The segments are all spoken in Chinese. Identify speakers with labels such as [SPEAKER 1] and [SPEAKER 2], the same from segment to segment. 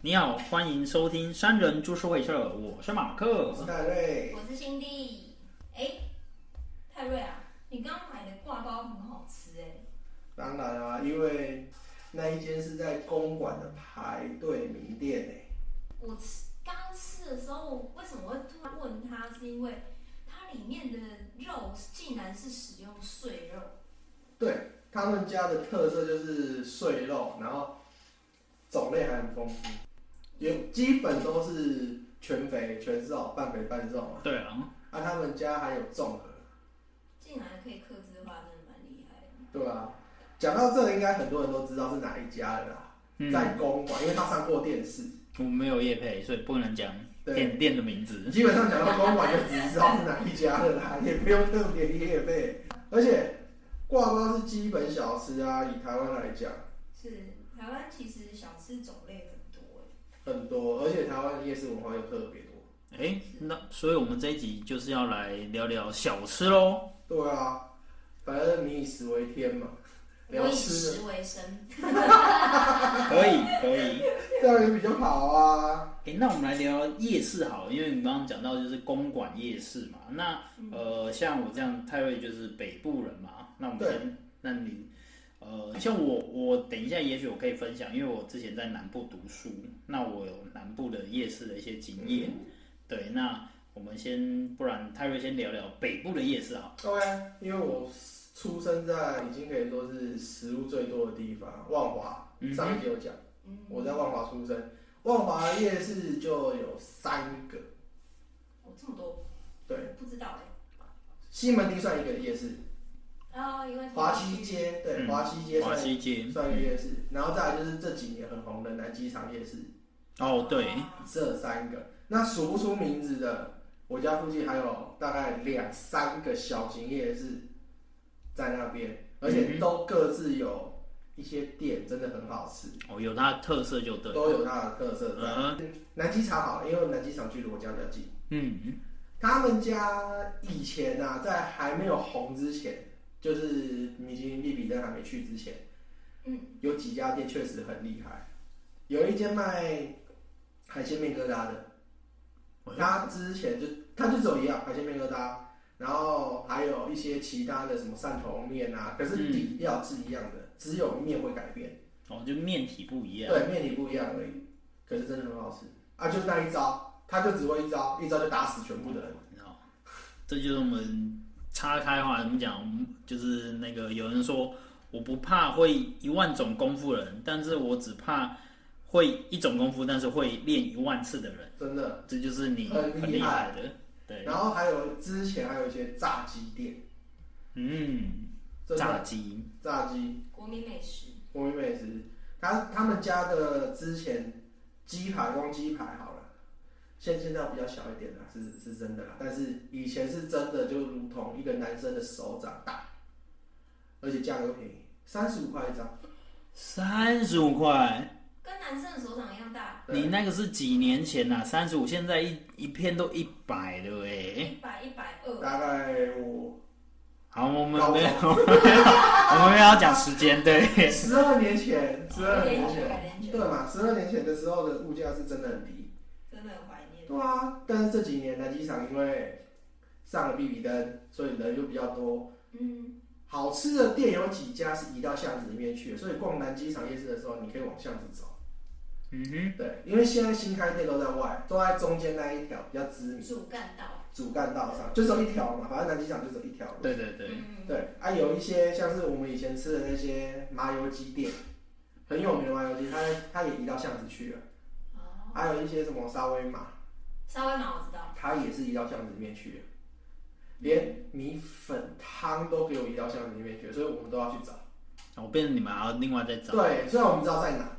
[SPEAKER 1] 你好，欢迎收听三人株式会社，我是马克
[SPEAKER 2] 我。是泰瑞，
[SPEAKER 3] 我是辛迪。哎、泰瑞啊，你刚刚买的挂包很好吃哎、
[SPEAKER 2] 当然啊，因为那一间是在公馆的排队名店呢、欸
[SPEAKER 3] 我吃刚吃的时候，为什么会突然问他？是因为它里面的肉竟然是使用碎肉，
[SPEAKER 2] 对，他们家的特色就是碎肉，然后种类还很丰富，也基本都是全肥全瘦、半肥半瘦嘛。
[SPEAKER 1] 对啊，
[SPEAKER 2] 啊，他们家还有综合，
[SPEAKER 3] 竟然可以克制化，真的蛮厉害的。
[SPEAKER 2] 对啊。讲到这，应该很多人都知道是哪一家了啦，在
[SPEAKER 1] 嗯，
[SPEAKER 2] 公馆，因为他上过电视。
[SPEAKER 1] 我没有业配，所以不能讲
[SPEAKER 2] 对，
[SPEAKER 1] 店店的名字。
[SPEAKER 2] 基本上讲到公馆就只知道是哪一家了啦，也不用特别业费。而且挂包是基本小吃啊，以台湾来讲
[SPEAKER 3] 是台湾其实小吃种类很多哎、
[SPEAKER 2] 很多，而且台湾的夜市文化又特别多。
[SPEAKER 1] 哎，那所以我们这一集就是要来聊聊小吃喽。
[SPEAKER 2] 对啊，反正你以食为天嘛，
[SPEAKER 3] 我
[SPEAKER 2] 聊
[SPEAKER 3] 以
[SPEAKER 2] 吃的
[SPEAKER 3] 食为生，
[SPEAKER 1] 可以，可以。
[SPEAKER 2] 这样也比较好啊。
[SPEAKER 1] 哎，那我们来聊聊夜市好了，因为你刚刚讲到就是公馆夜市嘛。那
[SPEAKER 2] 嗯
[SPEAKER 1] 呃，像我这样泰瑞就是北部人嘛，那我们
[SPEAKER 2] 对
[SPEAKER 1] 先，那你呃，像我我等一下也许我可以分享，因为我之前在南部读书，那我有南部的夜市的一些经验。
[SPEAKER 2] 嗯
[SPEAKER 1] 对，那我们先，不然泰瑞先聊聊北部的夜市好了。
[SPEAKER 2] OK，因啊为我出生在已经可以说是食物最多的地方，万华。
[SPEAKER 1] 嗯哼
[SPEAKER 2] 上一集有讲，
[SPEAKER 3] 嗯，
[SPEAKER 2] 我在万华出生，万华夜市就有三个，
[SPEAKER 3] 我哦这么多，
[SPEAKER 2] 对。
[SPEAKER 3] 我不知道哎、
[SPEAKER 2] 西门町算一个夜市，
[SPEAKER 3] 啊、因为
[SPEAKER 2] 华西街对，
[SPEAKER 1] 嗯
[SPEAKER 2] 华西街
[SPEAKER 1] 华
[SPEAKER 2] 算
[SPEAKER 1] 西街。
[SPEAKER 2] 算一个夜市，然后再来就是这几年很红的南机场夜市，
[SPEAKER 1] 哦，对，
[SPEAKER 2] 这三个。那数不出名字的，我家附近还有大概两三个小型夜市在那边，
[SPEAKER 1] 嗯
[SPEAKER 2] 而且都各自有一些店，真的很好吃，
[SPEAKER 1] 哦，有它的特色就对。
[SPEAKER 2] 都有它的特色在。
[SPEAKER 1] 嗯
[SPEAKER 2] 南机场好了，因为南机场距离我家比较近。
[SPEAKER 1] 嗯，
[SPEAKER 2] 他们家以前啊，在还没有红之前，就是米其林必比登还没去之前，
[SPEAKER 3] 嗯，
[SPEAKER 2] 有几家店确实很厉害。有一间卖海鲜面疙瘩的，
[SPEAKER 1] 哦
[SPEAKER 2] 他之前就他就只有一样海鲜面疙瘩，然后还有一些其他的什么汕头面啊，可是底料是一样的，
[SPEAKER 1] 嗯
[SPEAKER 2] 只有面会改变，
[SPEAKER 1] 哦，就面体不一样。
[SPEAKER 2] 对，面体不一样而已，可是真的很好吃啊！就是那一招，他就只会一招，一招就打死全部的人。
[SPEAKER 1] 你知道吗， 这就是我们岔开话怎么讲，我们就是那个有人说我不怕会一万种功夫的人，但是我只怕会一种功夫，但是会练一万次的人，
[SPEAKER 2] 真的，
[SPEAKER 1] 这就是你
[SPEAKER 2] 很
[SPEAKER 1] 很厉
[SPEAKER 2] 厉
[SPEAKER 1] 害的。对，
[SPEAKER 2] 然后还有之前还有一些炸鸡店，
[SPEAKER 1] 嗯，
[SPEAKER 2] 真的
[SPEAKER 1] 炸鸡，
[SPEAKER 2] 炸鸡
[SPEAKER 3] 国民美食，
[SPEAKER 2] 国民美食，他他们家的之前鸡排光鸡排好了，现现在比较小一点啦，是是真的啦，但是以前是真的就如同一个男生的手掌大，而且价格便宜，三十五块一张，
[SPEAKER 1] 三十五块，
[SPEAKER 3] 跟男生的手掌一样大，
[SPEAKER 2] 对
[SPEAKER 1] 你那个是几年前呐、啊？三十五，现在一一片都一百了哎、
[SPEAKER 3] 一百一百二。
[SPEAKER 2] 大概我
[SPEAKER 1] 好，我们
[SPEAKER 2] 高
[SPEAKER 1] 没有，
[SPEAKER 2] 中
[SPEAKER 1] 我们没有要讲时间， 对。
[SPEAKER 2] 十二年前，十二年
[SPEAKER 3] 连久
[SPEAKER 2] 前，
[SPEAKER 3] 连
[SPEAKER 2] 对
[SPEAKER 3] 久，
[SPEAKER 2] 嘛，十二年前的时候的物价是真的很低，
[SPEAKER 3] 真的很怀念。嗯
[SPEAKER 2] 对啊，但是这几年南机场因为上了比比登，所以人就比较多。
[SPEAKER 3] 嗯，
[SPEAKER 2] 好吃的店有几家是移到巷子里面去的，所以逛南机场夜市的时候，你可以往巷子走。
[SPEAKER 1] 嗯哼，
[SPEAKER 2] 对，因为现在新开店都在外，都在中间那一条比较知名
[SPEAKER 3] 主干道。
[SPEAKER 2] 主干道上，就只有一条嘛，反正南机场就只有一条路。
[SPEAKER 1] 对对对，
[SPEAKER 3] 嗯，
[SPEAKER 2] 对，啊，有一些像是我们以前吃的那些麻油鸡店，很有名的麻油鸡，它它也移到巷子去了。
[SPEAKER 3] 哦，
[SPEAKER 2] 还有一些什么沙威玛，
[SPEAKER 3] 稍微嘛，我知道。
[SPEAKER 2] 它也是移到巷子里面去的，连米粉汤都给我移到巷子里面去了，所以我们都要去找。
[SPEAKER 1] 我变成你们还要另外再找。
[SPEAKER 2] 对，虽然我们知道在哪，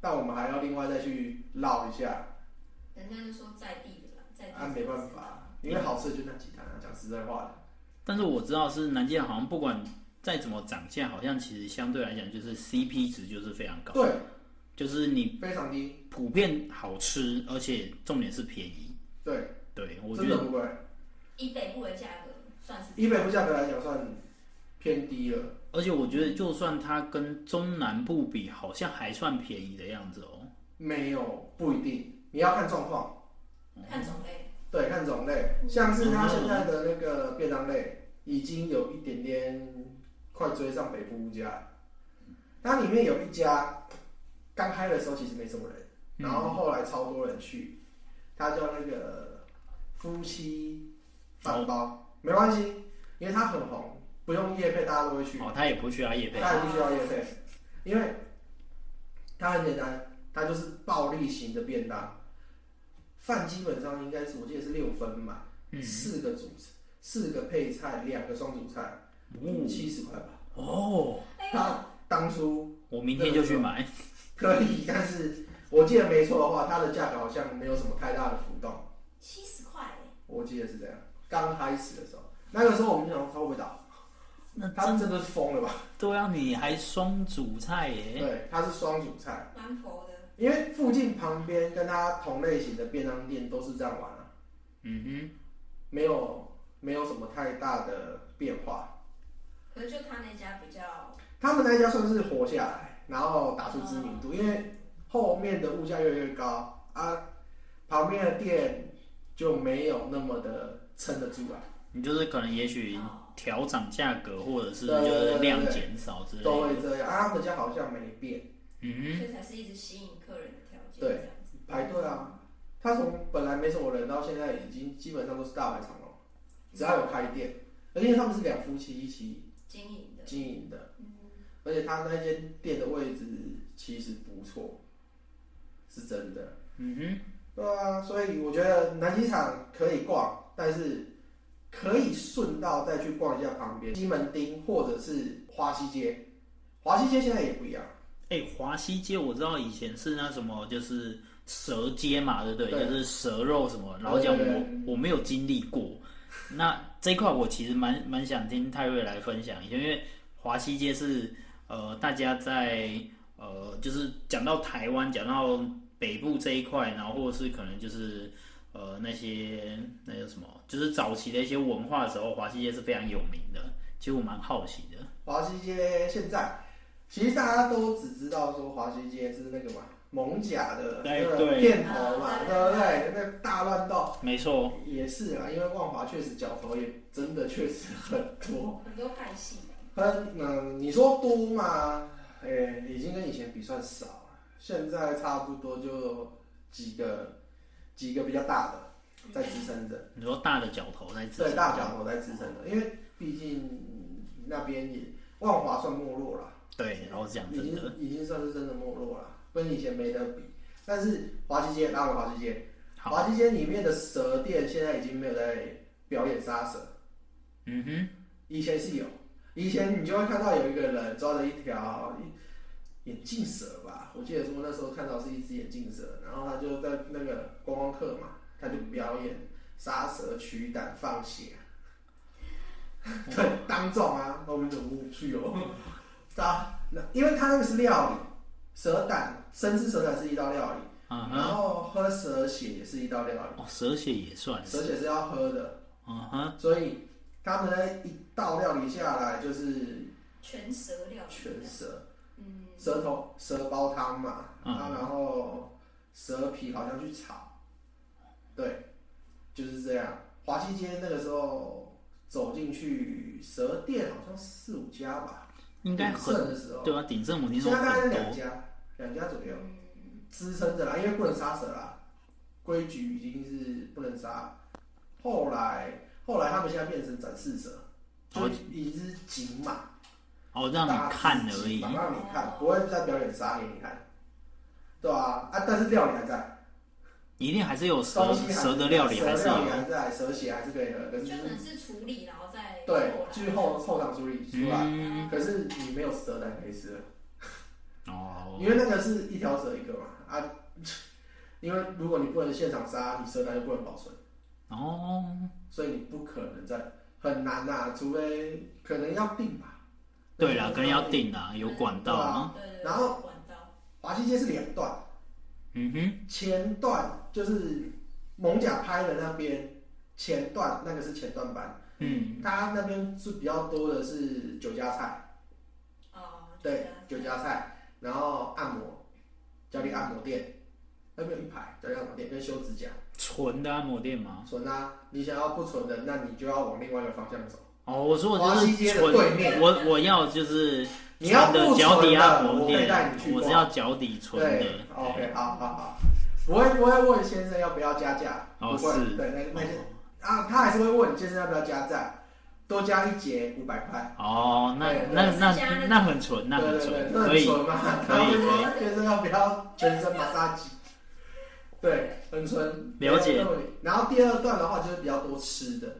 [SPEAKER 2] 但我们还要另外再去绕一下，
[SPEAKER 3] 人家就说在地的啦，在地。
[SPEAKER 2] 啊，没办。法，因为好吃的就那几摊啊，讲实在话的。
[SPEAKER 1] 但是我知道是南京好像不管再怎么涨价，好像其实相对来讲就是 CP 值就是非常高，
[SPEAKER 2] 对，
[SPEAKER 1] 就是你
[SPEAKER 2] 非常低，
[SPEAKER 1] 普遍好吃，而且重点是便宜。
[SPEAKER 2] 对，
[SPEAKER 1] 对，我觉
[SPEAKER 2] 真的
[SPEAKER 1] 得
[SPEAKER 2] 不贵。
[SPEAKER 3] 以北部的价格算是
[SPEAKER 2] 以北部价格来讲算偏低了，
[SPEAKER 1] 而且我觉得就算它跟中南部比，好像还算便宜的样子哦。
[SPEAKER 2] 没有，不一定，你要看状况，
[SPEAKER 3] 看种类，
[SPEAKER 2] 对，看种类。像是它现在的那个便当类，已经有一点点快追上北部物价了。它里面有一家，刚开的时候其实没什么人，然后后来超多人去，它叫那个夫妻饭包，没关系，因为它很红，不用夜配大家都会去。
[SPEAKER 1] 哦，他也不需要业配，
[SPEAKER 2] 它也不需要业费，因为它很简单，它就是暴力型的便当，饭基本上应该是我记得是六分满，
[SPEAKER 1] 嗯，
[SPEAKER 2] 四个主食，四个配菜，两个双主菜，
[SPEAKER 1] 哦
[SPEAKER 2] 七十块吧。
[SPEAKER 1] 哦，
[SPEAKER 3] 哎呦，
[SPEAKER 2] 它当初
[SPEAKER 1] 我明天就去买，
[SPEAKER 2] 可以，但是我记得没错的话，它的价格好像没有什么太大的浮动，
[SPEAKER 3] 七十块哎，
[SPEAKER 2] 我记得是这样。刚开始的时候，那个时候我们就想它会不会倒，
[SPEAKER 1] 那
[SPEAKER 2] 它
[SPEAKER 1] 真
[SPEAKER 2] 真的是疯了吧？
[SPEAKER 1] 对啊，你还双主菜耶，
[SPEAKER 2] 对，它是双主菜。
[SPEAKER 3] 蛮佛的。
[SPEAKER 2] 因为附近旁边跟它同类型的便当店都是这样玩啊，
[SPEAKER 1] 嗯
[SPEAKER 2] 没有没有什么太大的变化。
[SPEAKER 3] 可是就他那家比较，
[SPEAKER 2] 他们那一家算是活下来，然后打出知名度，因为后面的物价越来越高啊，旁边的店就没有那么的撑得住啊了、
[SPEAKER 1] 哼，你就是可能也许调涨价格，或者是就是量减少之类
[SPEAKER 2] 都会
[SPEAKER 1] 的，
[SPEAKER 2] 这样啊。他们家好像没变，
[SPEAKER 1] 嗯
[SPEAKER 3] 这才是一直吸引客人的条件。
[SPEAKER 2] 对
[SPEAKER 3] 这样子，嗯
[SPEAKER 2] 排队啊。他从本来没什么人到现在已经基本上都是大排长龙，只要有开店，而且他们是两夫妻一起
[SPEAKER 3] 经营的，
[SPEAKER 2] 经营的。
[SPEAKER 3] 嗯，
[SPEAKER 2] 而且他那间店的位置其实不错，是真的。
[SPEAKER 1] 哼，嗯
[SPEAKER 2] 对啊，所以我觉得南机场可以逛，但是可以顺道再去逛一下旁边西门町或者是华西街。华西街现在也不一样，
[SPEAKER 1] 哼，哎，华西街我知道以前是那什么，就是蛇街嘛，对不对？
[SPEAKER 2] 对
[SPEAKER 1] 就是蛇肉什么，然后讲
[SPEAKER 2] 对对
[SPEAKER 1] 我我没有经历过，那这一块我其实蛮蛮想听泰瑞来分享一下，因为华西街是呃大家在呃就是讲到台湾，讲到北部这一块，然后或者是可能就是呃那些那叫什么，就是早期的一些文化的时候，华西街是非常有名的。其实我蛮好奇的，
[SPEAKER 2] 华西街现在其实大家都只知道说华西街是那个嘛蒙甲的
[SPEAKER 1] 哎
[SPEAKER 2] 那个
[SPEAKER 1] 对哦
[SPEAKER 2] 片头嘛，
[SPEAKER 3] 啊
[SPEAKER 2] 对不对？那个大乱斗
[SPEAKER 1] 没错，
[SPEAKER 2] 也是啊，因为万华确实角头也真的确实很多。
[SPEAKER 3] 很多派系。
[SPEAKER 2] 嗯，嗯，你说多吗？诶、已经跟以前比算少了，现在差不多就几个几个比较大的在
[SPEAKER 3] 嗯
[SPEAKER 2] 支撑着，
[SPEAKER 1] 你说大的角头在自
[SPEAKER 2] 对，大角头在支撑着，因为毕竟那边也万华算没落了，
[SPEAKER 1] 对，然后讲
[SPEAKER 2] 已
[SPEAKER 1] 真的，
[SPEAKER 2] 经已经算是真的没落了，跟以前没得比。但是华西街拉回华西街，
[SPEAKER 1] 好，
[SPEAKER 2] 华西街里面的蛇店现在已经没有在表演杀蛇，
[SPEAKER 1] 嗯哼，
[SPEAKER 2] 以前是有，以前你就会看到有一个人抓着一条眼镜蛇吧，我记得说那时候看到是一只眼镜蛇，然后他就在那个观光客嘛，他就表演杀蛇、取胆、放血，对，当众啊，那我们就无去哦，杀，那因为他那个是料理，蛇胆生吃蛇胆是一道料理，
[SPEAKER 1] 嗯
[SPEAKER 2] 然
[SPEAKER 1] 哼，
[SPEAKER 2] 后喝蛇血也是一道料
[SPEAKER 1] 哦，蛇血也算
[SPEAKER 2] 理，蛇
[SPEAKER 1] 是，
[SPEAKER 2] 血是要喝的，
[SPEAKER 1] 嗯哼，
[SPEAKER 2] 所以他们呢一道料理下来就是
[SPEAKER 3] 全蛇料理，
[SPEAKER 2] 全蛇，
[SPEAKER 3] 嗯，
[SPEAKER 2] 蛇头、蛇煲汤嘛，
[SPEAKER 1] 嗯
[SPEAKER 2] 啊，然后蛇皮好像去炒，对，就是这样。华西街那个时候走进去蛇店好像四五家吧，
[SPEAKER 1] 应该
[SPEAKER 2] 很
[SPEAKER 1] 很
[SPEAKER 2] 盛的时候，
[SPEAKER 1] 对啊，鼎盛我听
[SPEAKER 2] 现
[SPEAKER 1] 说
[SPEAKER 2] 在大概
[SPEAKER 1] 很
[SPEAKER 2] 两
[SPEAKER 1] 多，
[SPEAKER 2] 家，两家左右
[SPEAKER 3] 嗯，
[SPEAKER 2] 支撑着啦，因为不能杀蛇啦，规矩已经是不能杀。后来后来他们现在变成展示蛇，就
[SPEAKER 1] 哦
[SPEAKER 2] 一只景嘛。
[SPEAKER 1] 哦，让你看而已
[SPEAKER 2] 大。致是几把让你看，不会再表演杀给你看，对啊，啊，但是料理还在，
[SPEAKER 1] 一定还是有蛇
[SPEAKER 2] 东西还
[SPEAKER 1] 蛇的料理还是
[SPEAKER 2] 蛇料理
[SPEAKER 1] 有，
[SPEAKER 2] 还在，蛇血还是可以喝，可是
[SPEAKER 3] 就
[SPEAKER 2] 就
[SPEAKER 3] 可能
[SPEAKER 2] 是
[SPEAKER 3] 是处理，然后再
[SPEAKER 2] 对
[SPEAKER 3] 过来，
[SPEAKER 2] 就是后后场处理出来，
[SPEAKER 1] 嗯，
[SPEAKER 2] 可是你没有蛇胆可以吃了，啊
[SPEAKER 1] 哦，
[SPEAKER 2] 因为那个是一条蛇一个嘛，啊，因为如果你不能现场杀，你蛇胆就不能保存，
[SPEAKER 1] 哦，
[SPEAKER 2] 所以你不可能在很难呐、除非可能要定吧，
[SPEAKER 1] 对了，可能要。定啦，有管道啊，
[SPEAKER 3] 对对对，
[SPEAKER 2] 然后
[SPEAKER 3] 管道，
[SPEAKER 2] 华西街是两段。
[SPEAKER 1] 嗯哼，
[SPEAKER 2] 前段就是蒙甲拍的那边，前段那个是前段班，
[SPEAKER 1] 嗯，
[SPEAKER 2] 他那边是比较多的是酒家菜，
[SPEAKER 3] 哦，
[SPEAKER 2] 对，酒家菜，然后按摩，教练按摩店，那边有一排的按摩店跟修指甲，
[SPEAKER 1] 纯的按摩店吗？
[SPEAKER 2] 纯啊，你想要不纯的，那你就要往另外一个方向走。
[SPEAKER 1] 哦，我说
[SPEAKER 2] 华
[SPEAKER 1] 我就
[SPEAKER 2] 西
[SPEAKER 1] 是
[SPEAKER 2] 街的
[SPEAKER 1] 纯
[SPEAKER 2] 对面，
[SPEAKER 1] 我我要就是
[SPEAKER 2] 你要
[SPEAKER 1] 纯的
[SPEAKER 2] 不
[SPEAKER 1] 脚底
[SPEAKER 2] 纯
[SPEAKER 1] 按
[SPEAKER 2] 的，
[SPEAKER 1] 摩
[SPEAKER 2] 我可以
[SPEAKER 1] 店
[SPEAKER 2] 带你去，
[SPEAKER 1] 我
[SPEAKER 2] 逛。
[SPEAKER 1] 是要脚底纯的
[SPEAKER 2] 对。，OK，好好好，不会不会问先生要不要加价，
[SPEAKER 1] 哦
[SPEAKER 2] 不会
[SPEAKER 1] 是，
[SPEAKER 2] 对，那那些啊，他还是会问先生要不要加价，多加一节五百块，
[SPEAKER 1] 哦，那
[SPEAKER 2] 对
[SPEAKER 1] 那
[SPEAKER 3] 对
[SPEAKER 1] 那
[SPEAKER 3] 是加那
[SPEAKER 1] 那很纯，那
[SPEAKER 2] 对
[SPEAKER 1] 很
[SPEAKER 2] 对对，
[SPEAKER 1] 纯，
[SPEAKER 2] 那
[SPEAKER 1] 可
[SPEAKER 2] 很
[SPEAKER 1] 以。
[SPEAKER 2] 纯嘛，
[SPEAKER 1] 可以
[SPEAKER 2] 然后就 说
[SPEAKER 3] 可以
[SPEAKER 2] 先生要不要全身马杀鸡，对，很纯，
[SPEAKER 1] 了解
[SPEAKER 2] 没有问题。然后第二段的话就是比较多吃的，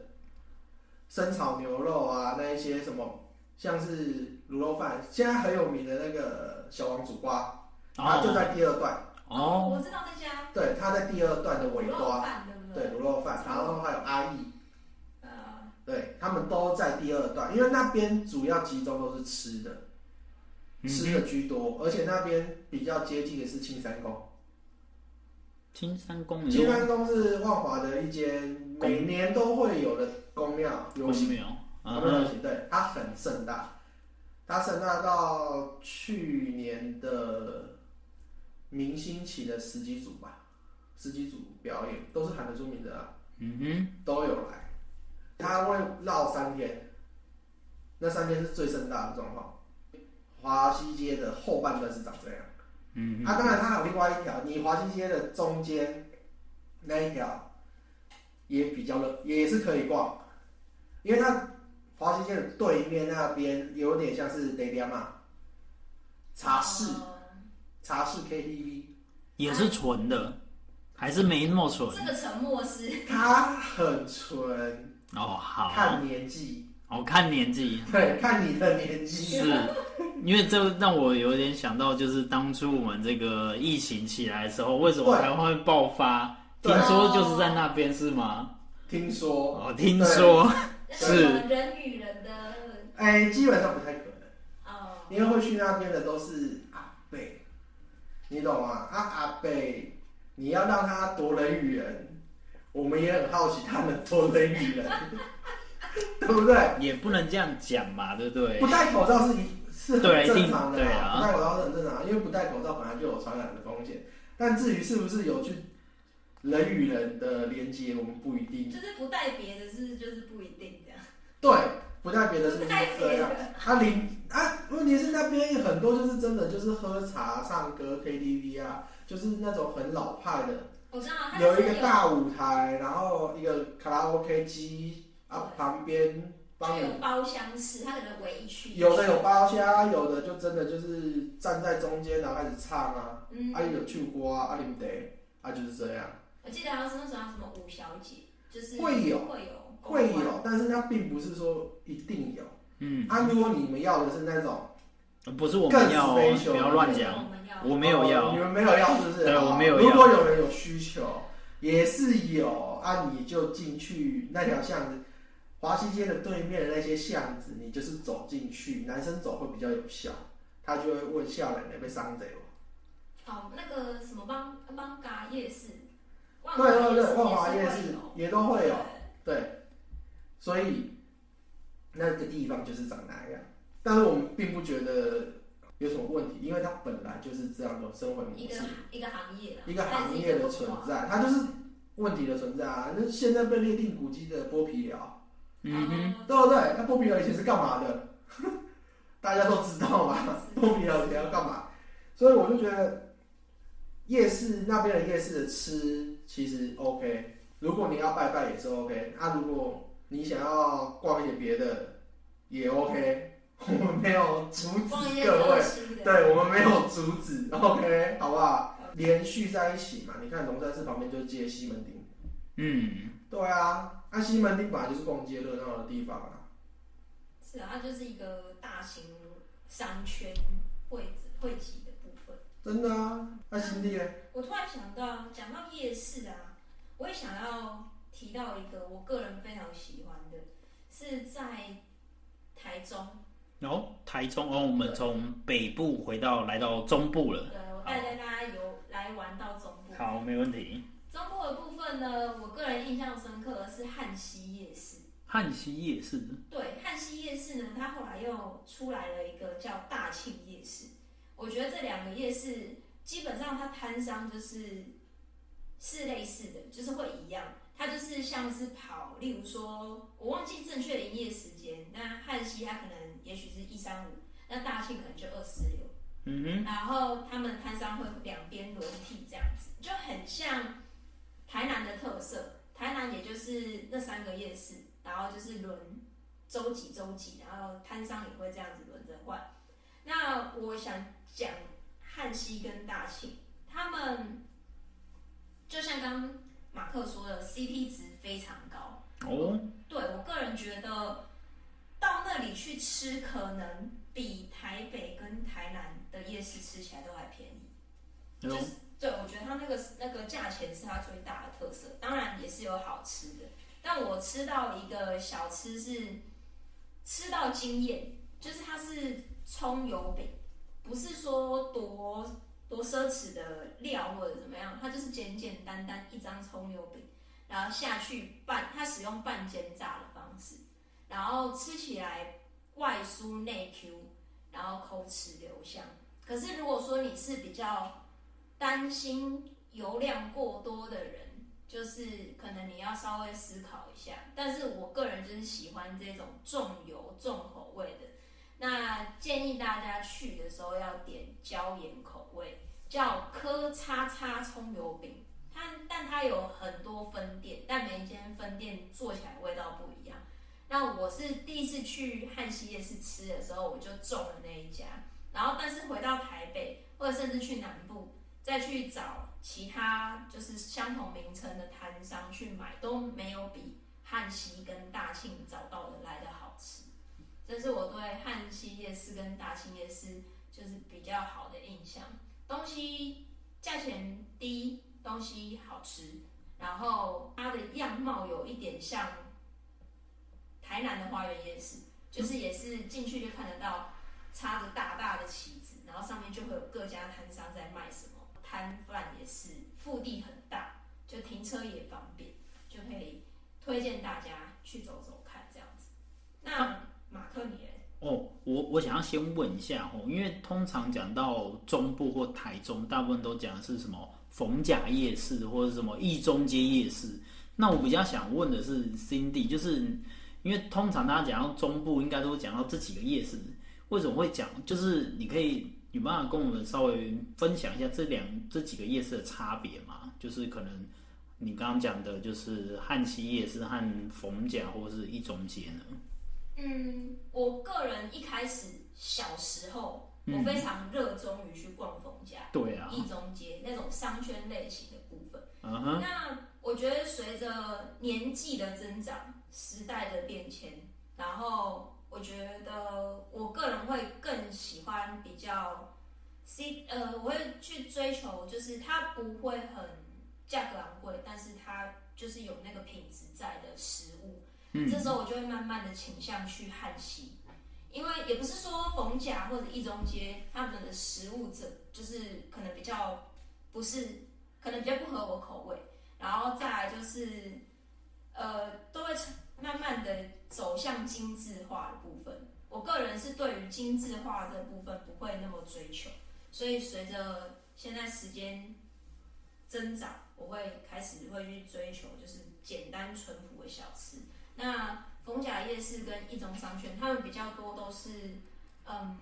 [SPEAKER 2] 生炒牛肉啊，那一些什么。像是卤肉饭，现在很有名的那个小王煮瓜，它啊就
[SPEAKER 1] 哦
[SPEAKER 2] 在第二段，
[SPEAKER 1] 哦，
[SPEAKER 3] 我知道这家
[SPEAKER 2] 对，它在第二段的尾端
[SPEAKER 3] 卤肉，饭对不
[SPEAKER 2] 对，
[SPEAKER 3] 对？
[SPEAKER 2] 卤肉饭，然后还有阿义，
[SPEAKER 3] 呃，
[SPEAKER 2] 对他们都在第二段，因为那边主要集中都是吃的，
[SPEAKER 1] 嗯
[SPEAKER 2] 吃的居多，而且那边比较接近的是青山宫，
[SPEAKER 1] 青山公
[SPEAKER 2] 青
[SPEAKER 1] 园
[SPEAKER 2] 山宫是万华的一间
[SPEAKER 1] 宫
[SPEAKER 2] 每年都会有的宫庙游
[SPEAKER 1] 公
[SPEAKER 2] 行，
[SPEAKER 1] 园哦，
[SPEAKER 2] 宫
[SPEAKER 1] 嗯
[SPEAKER 2] 庙游
[SPEAKER 1] 哼
[SPEAKER 2] 行，对，它很盛大，它盛大到去年的明星期的十几组吧，十几组表演都是喊得出名的啊。
[SPEAKER 1] 嗯哼，
[SPEAKER 2] 都有来，他会绕三天，那三天是最盛大的状况。华西街的后半段是长这样，
[SPEAKER 1] 嗯哼，
[SPEAKER 2] 啊，当然它还有另外一条，你华西街的中间那一条也比较热，也是可以逛，因为它华西街的对面那边有点像是雷亚嘛，茶室茶室 KTV，
[SPEAKER 1] 也是纯的，还是没那么纯
[SPEAKER 3] 呃这个沉默是
[SPEAKER 2] 它很纯，
[SPEAKER 1] 哦。好，
[SPEAKER 2] 看年纪，
[SPEAKER 1] 我看年纪，
[SPEAKER 2] 对，看你的年纪。
[SPEAKER 1] 是因为这让我有点想到，就是当初我们这个疫情起来的时候，为什么
[SPEAKER 2] 对
[SPEAKER 1] 台湾会爆发？听
[SPEAKER 2] 对啊
[SPEAKER 1] 说就是在那边是吗？
[SPEAKER 2] 听说，
[SPEAKER 1] 哦，听说是
[SPEAKER 3] 呃人与人的
[SPEAKER 2] 哎、基本上不太可能，
[SPEAKER 3] 呃，
[SPEAKER 2] 因为会去那边的都是阿贝，你懂吗？啊，阿贝，你要让他夺人与人，我们也很好奇他能夺人与人， 对不对？
[SPEAKER 1] 也不能这样讲嘛，对不对
[SPEAKER 2] 不？戴口罩是一是
[SPEAKER 1] 对
[SPEAKER 2] 很正常的
[SPEAKER 1] 一定对啊
[SPEAKER 2] 不戴口罩是很正常，因为不戴口罩本来就有传染的风险。但至于是不是有去人与人的连接，我们不一定。
[SPEAKER 3] 就是不带别的是就是不一定这样，
[SPEAKER 2] 对，不代别的是不
[SPEAKER 3] 不
[SPEAKER 2] 是
[SPEAKER 3] 带
[SPEAKER 2] 这
[SPEAKER 3] 别
[SPEAKER 2] 样？
[SPEAKER 3] 的，
[SPEAKER 2] 啊零啊，问题是那边很多就是真的就是喝茶、唱歌、KTV 啊，就是那种很老派的，
[SPEAKER 3] 我知道它
[SPEAKER 2] 有
[SPEAKER 3] 是
[SPEAKER 2] 一个大舞台，然后一个卡拉 OK 机啊，旁边帮
[SPEAKER 3] 就
[SPEAKER 2] 你
[SPEAKER 3] 有包厢式，它可能围一区，
[SPEAKER 2] 有的有包厢，有的就真的就是站在中间然后开始唱啊，
[SPEAKER 3] 嗯，
[SPEAKER 2] 啊有去过啊，啊你们得啊就是这样，
[SPEAKER 3] 我记得好像是那时候还有什么五小姐，就是
[SPEAKER 2] 会有
[SPEAKER 3] 会有
[SPEAKER 2] 会
[SPEAKER 3] 公关
[SPEAKER 2] 有，但是它并不是说一定有。
[SPEAKER 1] 嗯，
[SPEAKER 2] 啊，如果你们要的是那种，
[SPEAKER 1] 不是我们要哦
[SPEAKER 2] 更，是
[SPEAKER 1] 不要
[SPEAKER 2] special
[SPEAKER 1] 乱
[SPEAKER 3] 对
[SPEAKER 1] 讲，
[SPEAKER 3] 我们要
[SPEAKER 1] 我没有
[SPEAKER 2] 哦
[SPEAKER 1] 要
[SPEAKER 2] 你，们没有要是不是？
[SPEAKER 1] 对
[SPEAKER 2] 好
[SPEAKER 1] 我没有
[SPEAKER 2] 如
[SPEAKER 1] 要
[SPEAKER 2] 果有人有需求，也是有啊，你就进去那条巷子，华西街的对面的那些巷子，你就是走进去，男生走会比较有效，他就会问笑奶奶被伤贼了。
[SPEAKER 3] 哦，那个什么邦邦嘎夜市，万
[SPEAKER 2] 对对对，万
[SPEAKER 3] 华
[SPEAKER 2] 华夜
[SPEAKER 3] 夜
[SPEAKER 2] 市
[SPEAKER 3] 市
[SPEAKER 2] 也都会
[SPEAKER 3] 会
[SPEAKER 2] 有，对，所以那个地方就是长那样，但是我们并不觉得有什么问题，因为它本来就是这样的生活模
[SPEAKER 3] 一个
[SPEAKER 2] 式。
[SPEAKER 3] 一个行业啦，
[SPEAKER 2] 一个行业的存
[SPEAKER 3] 啊
[SPEAKER 2] 在，它就是问题的存在啊。那现在被列定古迹的剥皮寮，
[SPEAKER 1] 嗯哼。
[SPEAKER 3] 哼，
[SPEAKER 2] 对不对？那剥皮寮以前是干嘛的？ 大家都知道嘛，
[SPEAKER 3] 是
[SPEAKER 2] 剥皮寮以前要干嘛？所以我就觉得夜市那边的夜市的吃其实 OK，如果你要拜拜也是 OK，啊，如果你想要逛一些别的也 OK，我们没有阻
[SPEAKER 3] 逛
[SPEAKER 2] 止
[SPEAKER 3] 一些
[SPEAKER 2] 各位
[SPEAKER 3] 特。殊的，
[SPEAKER 2] 对，我们没有阻止，OK，好不 好？连续在一起嘛，你看龙山寺旁边就是接西门町，
[SPEAKER 1] 嗯，
[SPEAKER 2] 对啊，那、西门町本来就是逛街热闹的地方啊，
[SPEAKER 3] 是啊，它就是一个大型商圈汇集汇集的部分。
[SPEAKER 2] 真的啊。那、新地呢？
[SPEAKER 3] 我突然想到，讲到夜市啊，我也想要提到一个我个人非常喜欢的，是在台中。
[SPEAKER 1] 然后台中哦，我们从北部回到来到中部了。
[SPEAKER 3] 对，我带带大家游来玩到中部。
[SPEAKER 1] 好，没问题。
[SPEAKER 3] 中部的部分呢，我个人印象深刻的是汉西夜市。
[SPEAKER 1] 汉西夜市，
[SPEAKER 3] 对，汉西夜市呢，它后来又出来了一个叫大庆夜市。我觉得这两个夜市基本上它摊商就是是类似的，就是会一样。它就是像是跑，例如说，我忘记正确的营业时间。那汉西它可能也许是一三五，那大庆可能就二四六。
[SPEAKER 1] 嗯哼，
[SPEAKER 3] 然后他们摊商会两边轮替这样子，就很像台南的特色。台南也就是那三个夜市，然后就是轮周几周几，然后摊商也会这样子轮着换。那我想讲汉西跟大庆，他们就像刚刚马克说的，CP 值非常高。
[SPEAKER 1] 哦，
[SPEAKER 3] 对我个人觉得，到那里去吃可能比台北跟台南的夜市吃起来都还便宜。
[SPEAKER 1] 有
[SPEAKER 3] 就是对，我觉得它那个那个价钱是它最大的特色，当然也是有好吃的。但我吃到一个小吃是吃到惊艳，就是它是葱油饼，不是说多多奢侈的料或者怎么样，它就是简简单单一张葱油饼，然后下去拌，它使用半煎炸的方式，然后吃起来外酥内 Q，然后口齿留香。可是如果说你是比较担心油量过多的人，就是可能你要稍微思考一下。但是我个人就是喜欢这种重油重口味的，那建议大家去的时候要点椒盐口味，叫科叉叉葱油饼。它但它有很多分店，但每一间分店做起来味道不一样。那我是第一次去汉西夜市吃的时候，我就中了那一家。然后，但是回到台北，或者甚至去南部，再去找其他就是相同名称的摊商去买，都没有比汉西跟大庆找到的来的好吃。这是我对汉西夜市跟大庆夜市就是比较好的印象。东西价钱低，东西好吃，然后它的样貌有一点像台南的花园夜市，就是也是进去就看得到插着大大的旗子，然后上面就会有各家摊商在卖什么，摊贩也是腹地很大，就停车也方便，就可以推荐大家去走走看这样子。那马克你嘞？
[SPEAKER 1] 哦，我我想要先问一下哦，因为通常讲到中部或台中，大部分都讲的是什么逢甲夜市或者什么义中街夜市。那我比较想问的是，Cindy，就是因为通常大家讲到中部，应该都讲到这几个夜市，为什么会讲？就是你可以有办法跟我们稍微分享一下这两这几个夜市的差别吗？就是可能你刚刚讲的，就是汉西夜市和逢甲或是一中街呢？
[SPEAKER 3] 嗯，我个人一开始小时候，我非常热衷于去逛逢甲、
[SPEAKER 1] 对啊，
[SPEAKER 3] 一中街那种商圈类型的部分。
[SPEAKER 1] 嗯哼。
[SPEAKER 3] 那我觉得随着年纪的增长，时代的变迁，然后我觉得我个人会更喜欢比较 C 呃，我会去追求，就是它不会很价格昂贵，但是它就是有那个品质在的食物。
[SPEAKER 1] 嗯
[SPEAKER 3] 这时候我就会慢慢的倾向去汉西，因为也不是说逢甲或者一中街他们的食物这就是可能比较不是，可能比较不合我口味，然后再来就是呃都会慢慢的走向精致化的部分。我个人是对于精致化这部分不会那么追求，所以随着现在时间增长，我会开始会去追求就是简单淳朴的小吃。那逢甲夜市跟一中商圈，他们比较多都是嗯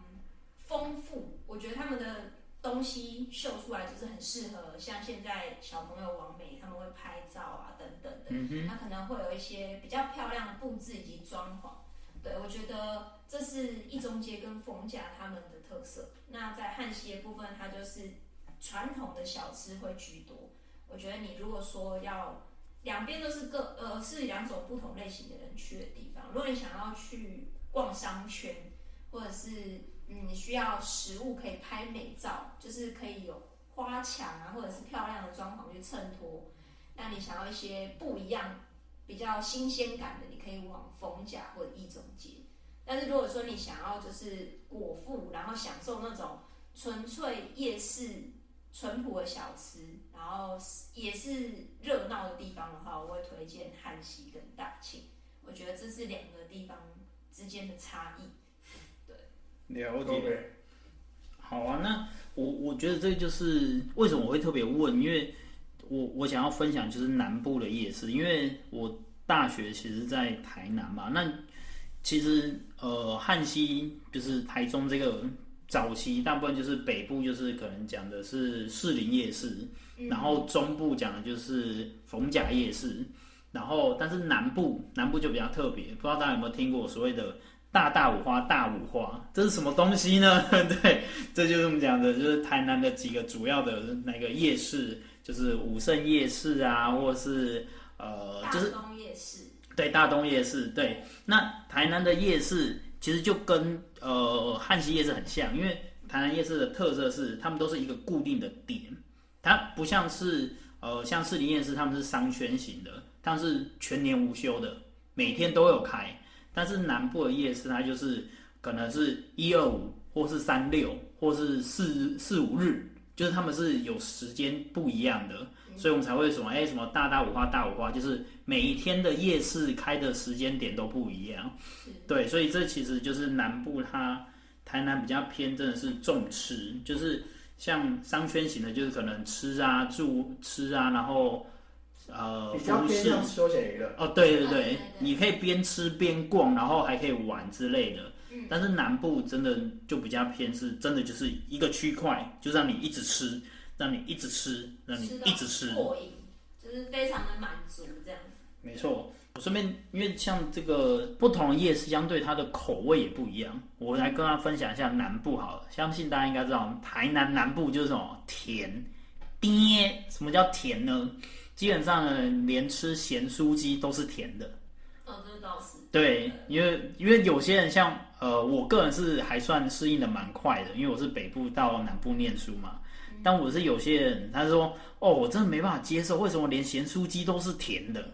[SPEAKER 3] 丰富，我觉得他们的东西秀出来就是很适合像现在小朋友网美他们会拍照啊等等的，
[SPEAKER 1] 嗯哼，
[SPEAKER 3] 它可能会有一些比较漂亮的布置以及装潢。对，我觉得这是一中街跟逢甲他们的特色。那在汉西的部分，它就是传统的小吃会居多。我觉得你如果说要两边都是各呃是两种不同类型的人去的地方，如果你想要去逛商圈，或者是嗯你需要食物可以拍美照，就是可以有花墙啊或者是漂亮的装潢去衬托。那你想要一些不一样、比较新鲜感的，你可以往逢甲或者一中街。但是如果说你想要就是果腹，然后享受那种纯粹夜市淳朴的小吃，然后也是热闹的地方的话，我会推荐汉西跟大庆。我觉得这是两个地方之间的差异。
[SPEAKER 1] 了解。
[SPEAKER 2] OK，
[SPEAKER 1] 好啊，那我我觉得这就是为什么我会特别问，因为我我想要分享就是南部的夜市，因为我大学其实在台南嘛，那其实呃汉西就是台中这个早期大部分就是北部就是可能讲的是士林夜市，
[SPEAKER 3] 嗯
[SPEAKER 1] 然后中部讲的就是逢甲夜市，然后但是南部南部就比较特别，不知道大家有没有听过所谓的大大五花大五花，这是什么东西呢？ 对，这就是我们讲的，就是台南的几个主要的那个夜市，就是武圣夜市啊，或是呃，
[SPEAKER 3] 大
[SPEAKER 1] 就是
[SPEAKER 3] 东夜市，
[SPEAKER 1] 对大东夜市，对，那台南的夜市其实就跟呃汉西夜市很像，因为台南夜市的特色是他们都是一个固定的点，它不像是呃像士林夜市，他们是商圈型的，它是全年无休的，每天都有开。但是南部的夜市它就是可能是一二五或是三六或是四四五日，就是他们是有时间不一样的，所以我们才会什么哎什么大大五花大五花，就是每一天的夜市开的时间点都不一样。对，所以这其实就是南部它台南比较偏真的是重吃，就是像商圈型的，就是可能吃啊住吃啊，然后呃
[SPEAKER 2] 比
[SPEAKER 1] 服
[SPEAKER 2] 较
[SPEAKER 1] 务
[SPEAKER 2] 偏
[SPEAKER 1] 市
[SPEAKER 2] 向休闲娱乐。
[SPEAKER 1] 哦，对对
[SPEAKER 3] 啊对
[SPEAKER 1] 对
[SPEAKER 3] 对，
[SPEAKER 1] 你可以边吃边逛，然后还可以玩之类的。
[SPEAKER 3] 嗯
[SPEAKER 1] 但是南部真的就比较偏是，真的就是一个区块，就让你一直吃，让你一直吃，让你一直吃
[SPEAKER 3] 到。过瘾，就是非常的满足这样子。
[SPEAKER 1] 没错，我顺便因为像这个不同的夜市，相对它的口味也不一样。我来跟大家分享一下南部好了，相信大家应该知道，台南南部就是什么甜，爹，什么叫甜呢？基本上呢，连吃咸酥鸡都是甜的。
[SPEAKER 3] 哦，这倒是，
[SPEAKER 1] 对，因为因为有些人像呃，我个人是还算适应的蛮快的，因为我是北部到南部念书嘛。但我是有些人，他说哦，我真的没办法接受，为什么连咸酥鸡都是甜的？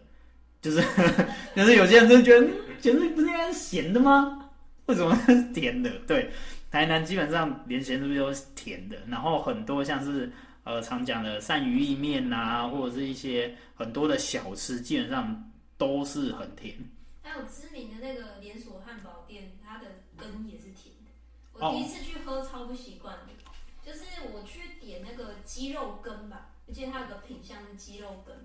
[SPEAKER 1] 就是 就是有些人就觉得嗯咸酥鸡不是应该是咸的吗？为什么是甜的？对，台南基本上连咸酥鸡都是甜的，然后很多像是呃常讲的鳝鱼意面啊，或者是一些很多的小吃，基本上都是很甜。
[SPEAKER 3] 还有知名的那个连锁汉堡店，它的根也是甜的。
[SPEAKER 1] 哦
[SPEAKER 3] 我第一次去喝超不习惯的，就是我去点那个鸡肉羹吧，我记得它有个品相是鸡肉羹，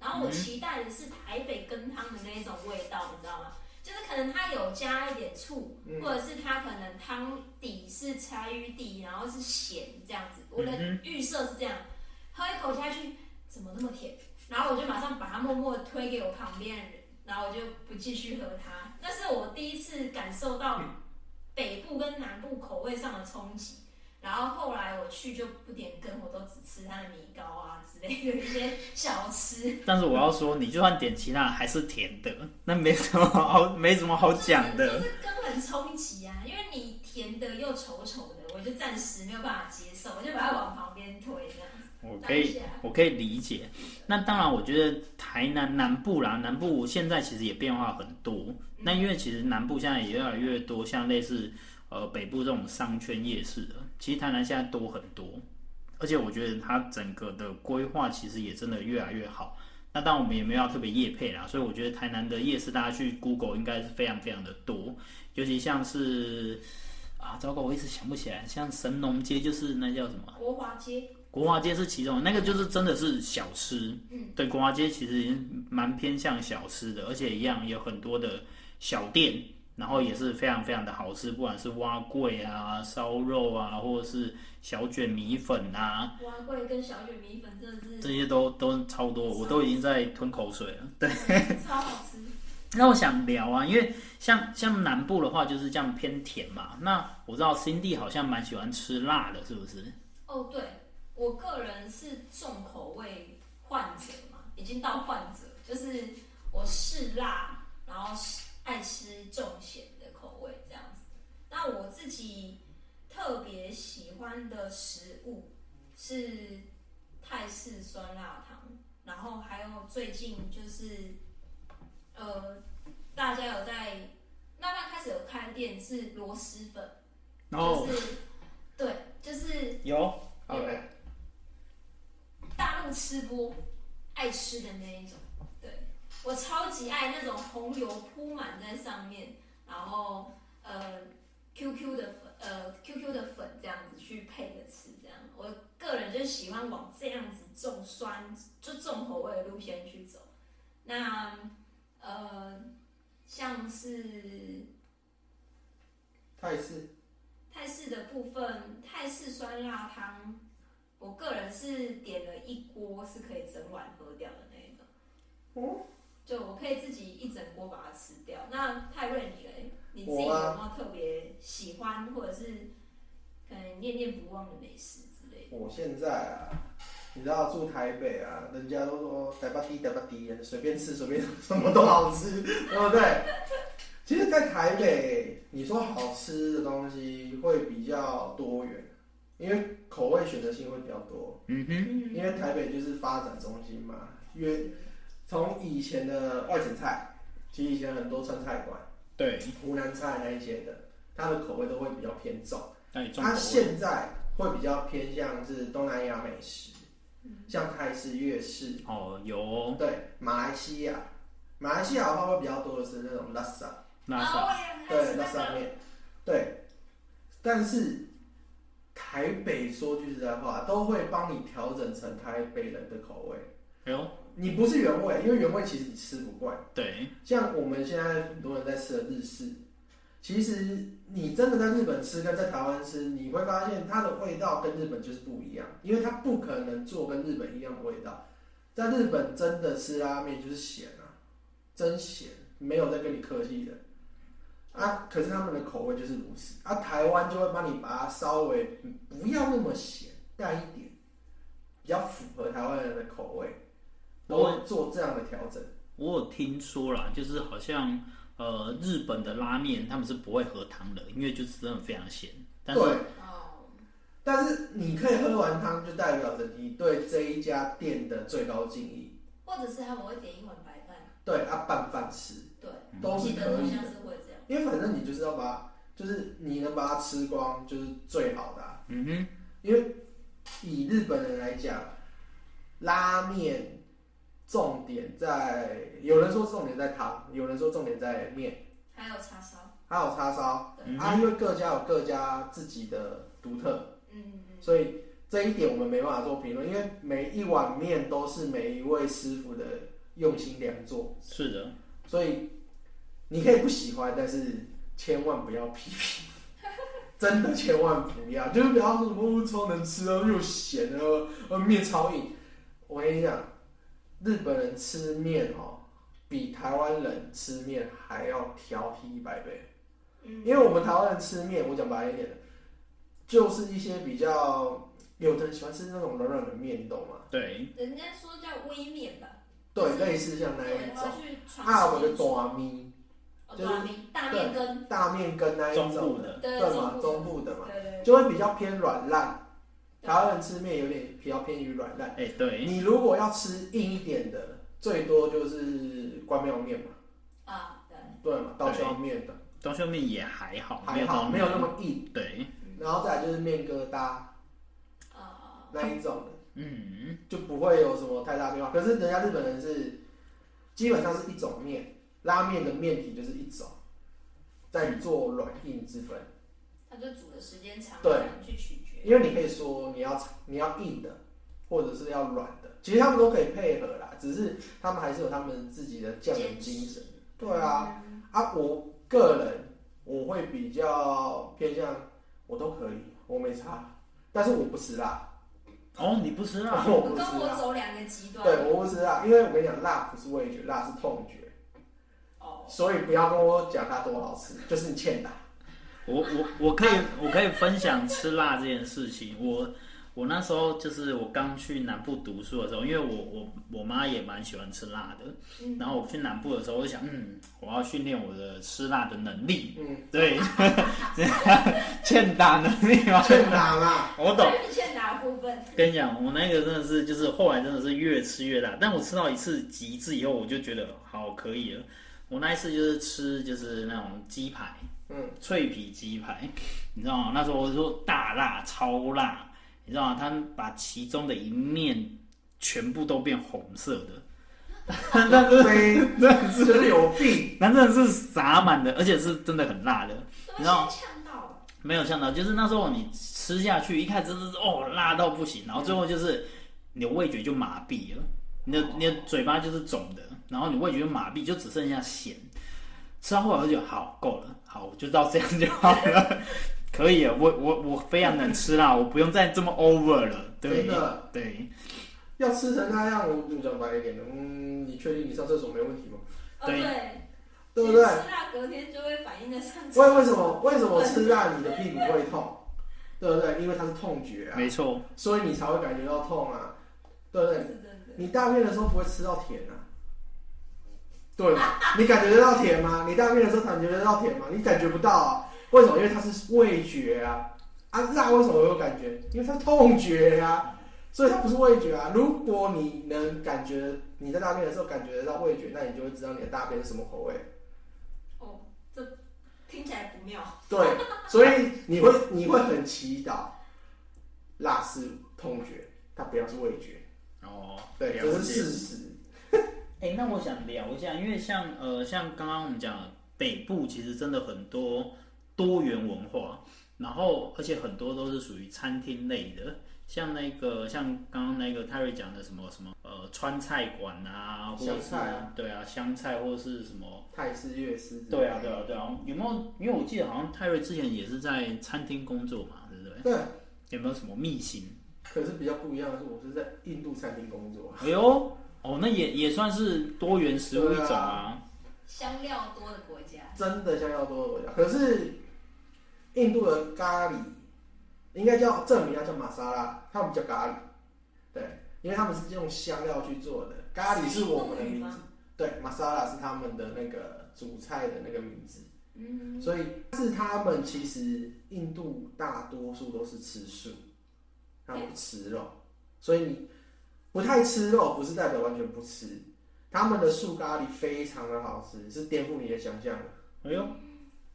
[SPEAKER 3] 然后我
[SPEAKER 1] 嗯
[SPEAKER 3] 期待的是台北羹汤的那一种味道，你知道吗？就是可能它有加一点
[SPEAKER 2] 嗯
[SPEAKER 3] 醋，或者是它可能汤底是柴鱼底，然后是咸这样子。我的预设是这样，喝一口下去怎么那么甜？然后我就马上把它默默地推给我旁边的人，然后我就不继续喝它。那是我第一次感受到北部跟南部口味上的冲击。然后后来我去就不点羹，我都只吃它的米糕啊之类的一些小吃。
[SPEAKER 1] 但是我要说，你就算点其他还是甜的，那没什么好没什么好讲
[SPEAKER 3] 就
[SPEAKER 1] 的。
[SPEAKER 3] 是羹很冲击啊，因为你甜的又稠稠的，我就暂时没有办法接受，我就把它往旁边推这样子。
[SPEAKER 1] 我可以我可以理解。那当然，我觉得台南南部啦，南部现在其实也变化很多。那因为其实南部现在也越来越多，像类似呃北部这种商圈夜市的，其实台南现在多很多。而且我觉得它整个的规划其实也真的越来越好。那当然我们也没有要特别夜配啦，所以我觉得台南的夜市大家去 Google 应该是非常非常的多，尤其像是啊，糟糕，我一时想不起来，像神农街就是那叫什么？
[SPEAKER 3] 国华街，
[SPEAKER 1] 国华街是其中的，那个就是真的是小吃。嗯，对，国华街其实蛮偏向小吃的，而且一样有很多的小店，然后也是非常非常的好吃，不管是蛙桂啊、烧肉啊，或者是小卷米粉啊，
[SPEAKER 3] 蛙贵跟小卷米粉真的是
[SPEAKER 1] 这些都都超多，我都已经在吞口水了。
[SPEAKER 3] 超好吃。
[SPEAKER 1] 那我想聊啊，因为像像南部的话就是这样偏甜嘛。那我知道 Cindy 好像蛮喜欢吃辣的，是不是？
[SPEAKER 3] 哦，对，我个人是重口味患者嘛，已经到患者，就是我是辣，然后是爱吃重咸的口味这样子。那我自己特别喜欢的食物是泰式酸辣汤，然后还有最近就是呃，大家有在慢慢开始有开店是螺蛳粉，
[SPEAKER 1] 然后
[SPEAKER 3] 就是对，就是
[SPEAKER 1] 有哦
[SPEAKER 2] 好嘞，
[SPEAKER 3] 大陆吃播爱吃的那一种，对我超级爱那种红油铺满在上面，然后呃 QQ 的粉呃 QQ 的粉这样子去配着吃，这样我个人就喜欢往这样子重酸就重口味的路线去走。那呃，像是
[SPEAKER 2] 泰式
[SPEAKER 3] 泰式的部分，泰式酸辣汤，我个人是点了一锅是可以整碗喝掉的那一种。
[SPEAKER 2] 哦，
[SPEAKER 3] 就我可以自己一整锅把它吃掉。那泰瑞你嘞，你自己有没
[SPEAKER 2] 我啊
[SPEAKER 3] 有特别喜欢或者是可能念念不忘的美食之类的？
[SPEAKER 2] 我现在啊，你知道住台北啊，人家都说台北低台北低，随便吃随便什么都好吃，对不对？其实，在台北，你说好吃的东西会比较多元，因为口味选择性会比较多。
[SPEAKER 1] 嗯哼，
[SPEAKER 3] 嗯，
[SPEAKER 2] 因为台北就是发展中心嘛，因为从以前的外省菜，其实以前很多川菜馆、
[SPEAKER 1] 对，
[SPEAKER 2] 湖南菜那一些的，它的口味都会比较偏重。
[SPEAKER 1] 那你重
[SPEAKER 2] 它
[SPEAKER 1] 口味，
[SPEAKER 2] 现在会比较偏向是东南亚美食，像泰式、粤式，
[SPEAKER 1] 哦，有哦，
[SPEAKER 2] 对，马来西亚，马来西亚的话会比较多的是那种拉萨，
[SPEAKER 1] 那啥，
[SPEAKER 3] 啊，我也
[SPEAKER 2] 对，
[SPEAKER 3] 很
[SPEAKER 2] 拉
[SPEAKER 3] 爱吃
[SPEAKER 2] 萨面，对，但是。台北说句实在话，都会帮你调整成台北人的口味。
[SPEAKER 1] 哎呦，
[SPEAKER 2] 你不是原味，因为原味其实你吃不惯。
[SPEAKER 1] 对，
[SPEAKER 2] 像我们现在很多人在吃的日式，其实你真的在日本吃跟在台湾吃，你会发现它的味道跟日本就是不一样，因为它不可能做跟日本一样的味道。在日本真的吃拉面就是咸啊，真咸，没有在跟你客气的。啊，可是他们的口味就是如此。啊，台湾就会帮你把它稍微不要那么咸，淡一点，比较符合台湾人的口味，都会做这样的调整。
[SPEAKER 1] 我有听说啦，就是好像呃日本的拉面他们是不会喝汤的，因为就是真的非常咸，但是
[SPEAKER 2] 对，
[SPEAKER 3] 哦，
[SPEAKER 2] 但是你可以喝完汤，就代表着你对这一家店的最高敬意。
[SPEAKER 3] 或者是他们会点一碗白饭，
[SPEAKER 2] 对，啊，拌饭吃
[SPEAKER 3] 对，
[SPEAKER 2] 都是
[SPEAKER 3] 记得
[SPEAKER 2] 可
[SPEAKER 3] 好
[SPEAKER 2] 以
[SPEAKER 3] 像
[SPEAKER 2] 的，
[SPEAKER 3] 是会这样。
[SPEAKER 2] 因为反正你就是要把它，就是你能把它吃光，就是最好的啊、
[SPEAKER 1] 嗯哼，
[SPEAKER 2] 因为以日本人来讲，拉面重点在，有人说重点在汤，有人说重点在面，
[SPEAKER 3] 还有叉烧，
[SPEAKER 2] 还有叉烧。
[SPEAKER 3] 对，
[SPEAKER 1] 嗯
[SPEAKER 2] 啊，因为各家有各家自己的独特。
[SPEAKER 3] 嗯嗯，
[SPEAKER 2] 所以这一点我们没办法做评论，因为每一碗面都是每一位师傅的用心良做，
[SPEAKER 1] 是的，
[SPEAKER 2] 所以你可以不喜欢，但是千万不要批评， 真的千万不要，就是不要说什么哦超能吃哦又咸哦，呃面超硬。我跟你讲，日本人吃面哦，比台湾人吃面还要挑剔一百倍。
[SPEAKER 3] 嗯，
[SPEAKER 2] 因为我们台湾人吃面，我讲白一点的，就是一些比较有的人喜欢吃那种软软的面，你懂吗？
[SPEAKER 1] 对，
[SPEAKER 3] 人家说叫微面吧，
[SPEAKER 2] 对，类似像那一
[SPEAKER 3] 对，他
[SPEAKER 2] 种。
[SPEAKER 3] 去传
[SPEAKER 2] 还有我的短面、
[SPEAKER 3] 哦
[SPEAKER 2] 就是
[SPEAKER 3] 大面大面羹，
[SPEAKER 2] 大面跟那一
[SPEAKER 1] 中
[SPEAKER 2] 种
[SPEAKER 1] 部
[SPEAKER 2] 的，
[SPEAKER 1] 的，
[SPEAKER 3] 对
[SPEAKER 2] 对嘛，中
[SPEAKER 3] 中
[SPEAKER 2] 部的嘛，
[SPEAKER 3] 对对
[SPEAKER 2] 就会比较偏软烂。
[SPEAKER 3] 对
[SPEAKER 2] 台湾人吃面有点比较偏于软烂。
[SPEAKER 1] 哎、对，
[SPEAKER 2] 你如果要吃硬一点的，最多就是关庙面嘛，
[SPEAKER 3] 啊，对，
[SPEAKER 2] 对嘛，刀削面的
[SPEAKER 1] 刀削面也还好，
[SPEAKER 2] 还好，没有那么硬。
[SPEAKER 1] 对，
[SPEAKER 2] 然后再来就是面疙瘩
[SPEAKER 3] 啊，
[SPEAKER 2] 那一种的。
[SPEAKER 1] 嗯，
[SPEAKER 2] 就不会有什么太大变化。可是人家日本人是基本上是一种面，拉面的面体就是一种，在做软硬之分。
[SPEAKER 3] 他就煮的时间长，
[SPEAKER 2] 对
[SPEAKER 3] 很难去取决，
[SPEAKER 2] 因为你可以说你要你要硬的，或者是要软的，其实他们都可以配合啦，只是他们还是有他们自己的匠人精神。对啊，
[SPEAKER 3] 嗯，
[SPEAKER 2] 啊，我个人我会比较偏向我都可以，我没差，但是我不吃辣，
[SPEAKER 1] 哦，你不吃辣，
[SPEAKER 2] 我不
[SPEAKER 3] 跟
[SPEAKER 2] 吃辣。
[SPEAKER 3] 我走两个极端，
[SPEAKER 2] 对，我不吃辣，因为我跟你讲，辣不是味觉，辣是痛觉，
[SPEAKER 3] 哦，
[SPEAKER 2] 所以不要跟我讲它多好吃， 就是你欠打。
[SPEAKER 1] 我我我可以我可以分享吃辣这件事情。我我那时候就是我刚去南部读书的时候，因为我我我妈也蛮喜欢吃辣的，
[SPEAKER 3] 嗯
[SPEAKER 1] 然后我去南部的时候，我就想，嗯，我要训练我的吃辣的能力，
[SPEAKER 2] 嗯，
[SPEAKER 1] 对， 欠打能力嘛。
[SPEAKER 2] 欠打啦。
[SPEAKER 1] 我懂，
[SPEAKER 3] 就是欠打的部分，
[SPEAKER 1] 跟你讲，我那个真的是，就是后来真的是越吃越辣，但我吃到一次极致以后，我就觉得好可以了。我那一次就是吃就是那种鸡排，
[SPEAKER 2] 嗯，
[SPEAKER 1] 脆皮鸡排，你知道吗？那时候我说大辣超辣，你知道吗？他们把其中的一面全部都变红色的， 那真的
[SPEAKER 2] 对，就是有病。
[SPEAKER 1] 那真的是撒满的，而且是真的很辣的。
[SPEAKER 3] 都
[SPEAKER 1] 你知道
[SPEAKER 3] 会先呛到，
[SPEAKER 1] 没有呛到，就是那时候你吃下去，一开始就是哦辣到不行，然后最后就是你的味觉就麻痹了，你
[SPEAKER 2] 哦
[SPEAKER 1] 的你的嘴巴就是肿的，然后你味觉就麻痹，就只剩下咸。吃到后来我就觉得好够了，好我就到这样就好了， 可以了。我我我非常能吃辣，我不用再这么 over 了。对
[SPEAKER 2] 真的
[SPEAKER 1] 对，
[SPEAKER 2] 要吃成那样，我我讲白一点的，嗯，你确定你上厕所没问题吗？
[SPEAKER 3] 哦
[SPEAKER 1] 对
[SPEAKER 3] 对，
[SPEAKER 2] 对不对
[SPEAKER 3] 其？实吃辣隔天就会反应的上。
[SPEAKER 2] 为为什？么为什么吃辣你的屁股会痛？对不对？因为它是痛觉啊，
[SPEAKER 1] 没错，
[SPEAKER 2] 所以你才会感觉到痛啊，对不
[SPEAKER 3] 是
[SPEAKER 2] 对？
[SPEAKER 3] 真的。
[SPEAKER 2] 你大便的时候不会吃到甜啊，对吗？你感觉得到甜吗？你大便的时候感觉得到甜吗？你感觉不到啊？为什么？因为它是味觉啊！啊，辣为什么会有感觉？因为它痛觉啊，所以它不是味觉啊。如果你能感觉你在大便的时候感觉得到味觉，那你就会知道你的大便是什么口味。
[SPEAKER 3] 哦，这听起来不妙。
[SPEAKER 2] 对，所以你会你会很祈祷，辣是痛觉，它不要是味觉。
[SPEAKER 1] 哦，
[SPEAKER 2] 对，
[SPEAKER 1] 了
[SPEAKER 2] 这是
[SPEAKER 1] 解
[SPEAKER 2] 事实。
[SPEAKER 1] 哎、那我想聊一下，因为像呃，像刚刚我们讲的北部，其实真的很多多元文化，然后而且很多都是属于餐厅类的，像那个像刚刚那个泰瑞讲的什么什么呃川菜馆啊，或者
[SPEAKER 2] 湘
[SPEAKER 1] 是
[SPEAKER 2] 菜啊
[SPEAKER 1] 对啊湘菜或是什么
[SPEAKER 2] 泰式、粤式之类的。
[SPEAKER 1] 对啊对啊对啊，有没有？因为我记得好像泰瑞之前也是在餐厅工作嘛，对不对？
[SPEAKER 2] 对，
[SPEAKER 1] 有没有什么秘辛？
[SPEAKER 2] 可是比较不一样的是，我是在印度餐厅工作，
[SPEAKER 1] 哎呦，哦，那也也算是多元食物一种
[SPEAKER 2] 对
[SPEAKER 1] 啊。
[SPEAKER 3] 香料多的国家，
[SPEAKER 2] 真的香料多的国家。可是印度的咖喱应该叫正名，它叫玛莎拉，他们叫咖喱，对，因为他们是用香料去做的。咖喱是我们的
[SPEAKER 3] 是印
[SPEAKER 2] 名
[SPEAKER 3] 度语
[SPEAKER 2] 字
[SPEAKER 3] 吗，
[SPEAKER 2] 对，玛莎拉是他们的那个主菜的那个名字，
[SPEAKER 3] 嗯，
[SPEAKER 2] 所以是他们其实印度大多数都是吃素，他们不吃肉，所以你不太吃肉，不是代表完全不吃。他们的素咖喱非常的好吃，是颠覆你的想象的，
[SPEAKER 1] 哎呦，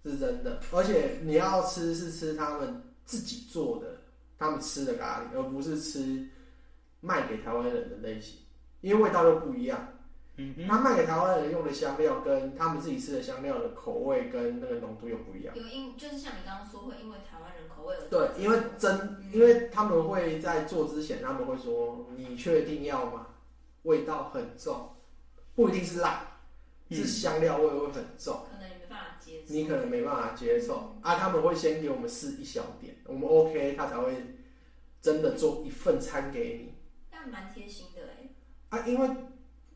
[SPEAKER 2] 是真的。而且你要吃是吃他们自己做的，他们吃的咖喱，而不是吃卖给台湾人的类型，因为味道又不一样。
[SPEAKER 1] 嗯哼。
[SPEAKER 2] 他卖给台湾人用的香料跟他们自己吃的香料的口味跟那个浓度又不一样。
[SPEAKER 3] 有因就是像你刚刚说，会因为台湾人口味有
[SPEAKER 2] 对，因为真，因为他们会在做之前，他们会说：“你确定要吗？味道很重，不一定是辣，是香料味会很重，
[SPEAKER 3] 可能也没办法接受。
[SPEAKER 2] 你可能没办法接受啊。”他们会先给我们试一小点，我们 OK，他才会真的做一份餐给你
[SPEAKER 3] 但蛮贴心的哎、
[SPEAKER 2] 啊。因为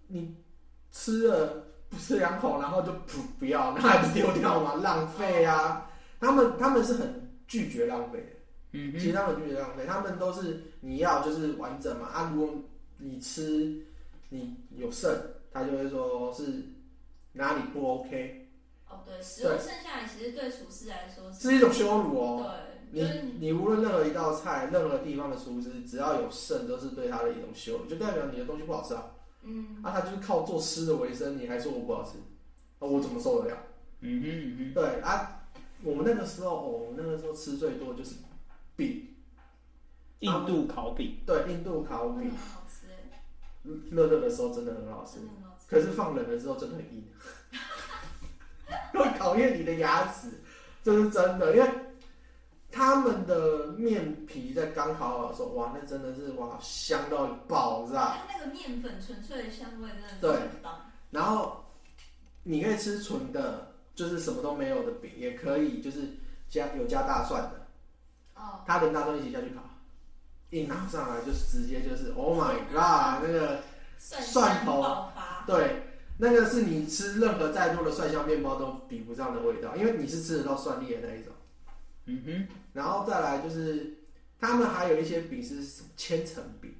[SPEAKER 2] 你吃了不吃两口，然后就不不要，那还不丢掉吗？浪费啊！他们他们是很拒绝浪费的。
[SPEAKER 1] 嗯
[SPEAKER 2] 其实他们拒绝浪费，他们都是你要就是完整嘛啊，如果你吃你有剩，他就会说是哪里不 OK，
[SPEAKER 3] 哦，对，食物剩下来其实对厨师来说是，
[SPEAKER 2] 是一种羞辱哦。
[SPEAKER 3] 对，
[SPEAKER 2] 你
[SPEAKER 3] 就是你
[SPEAKER 2] 你无论任何一道菜，任何地方的厨师，只要有剩，都是对他的一种羞辱，就代表你的东西不好吃啊。
[SPEAKER 3] 嗯，
[SPEAKER 2] 啊，他就是靠做吃的为生，你还说我不好吃，啊，我怎么受得了？
[SPEAKER 1] 嗯哼嗯哼，
[SPEAKER 2] 对啊，我们那个时候，哦，我们那个时候吃最多就是饼，
[SPEAKER 1] 印度烤饼，
[SPEAKER 2] 对，印度烤
[SPEAKER 3] 真的
[SPEAKER 2] 饼，
[SPEAKER 3] 很好吃哎、
[SPEAKER 2] 热热的时候真的很好吃
[SPEAKER 3] 真。的很好吃。
[SPEAKER 2] 可是放冷的时候真的很硬， 会考验你的牙齿，这是真的。因为他们的面皮在刚烤好的时候，哇，那真的是哇香到爆炸。
[SPEAKER 3] 它那个面粉纯粹的香味真的
[SPEAKER 2] 啊对
[SPEAKER 3] 是很棒，
[SPEAKER 2] 然后你可以吃纯的，就是什么都没有的饼，也可以就是加有加大蒜的，
[SPEAKER 3] 哦，
[SPEAKER 2] 它连大蒜一起下去烤，一拿上来就是直接就是 Oh my God，那个
[SPEAKER 3] 蒜
[SPEAKER 2] 蒜
[SPEAKER 3] 香
[SPEAKER 2] 头
[SPEAKER 3] 爆发，
[SPEAKER 2] 对，那个是你吃任何再多的蒜香面包都比不上的味道，因为你是吃得到蒜粒的那一种。
[SPEAKER 1] 嗯哼，
[SPEAKER 2] 然后再来就是，他们还有一些饼是什么千层饼，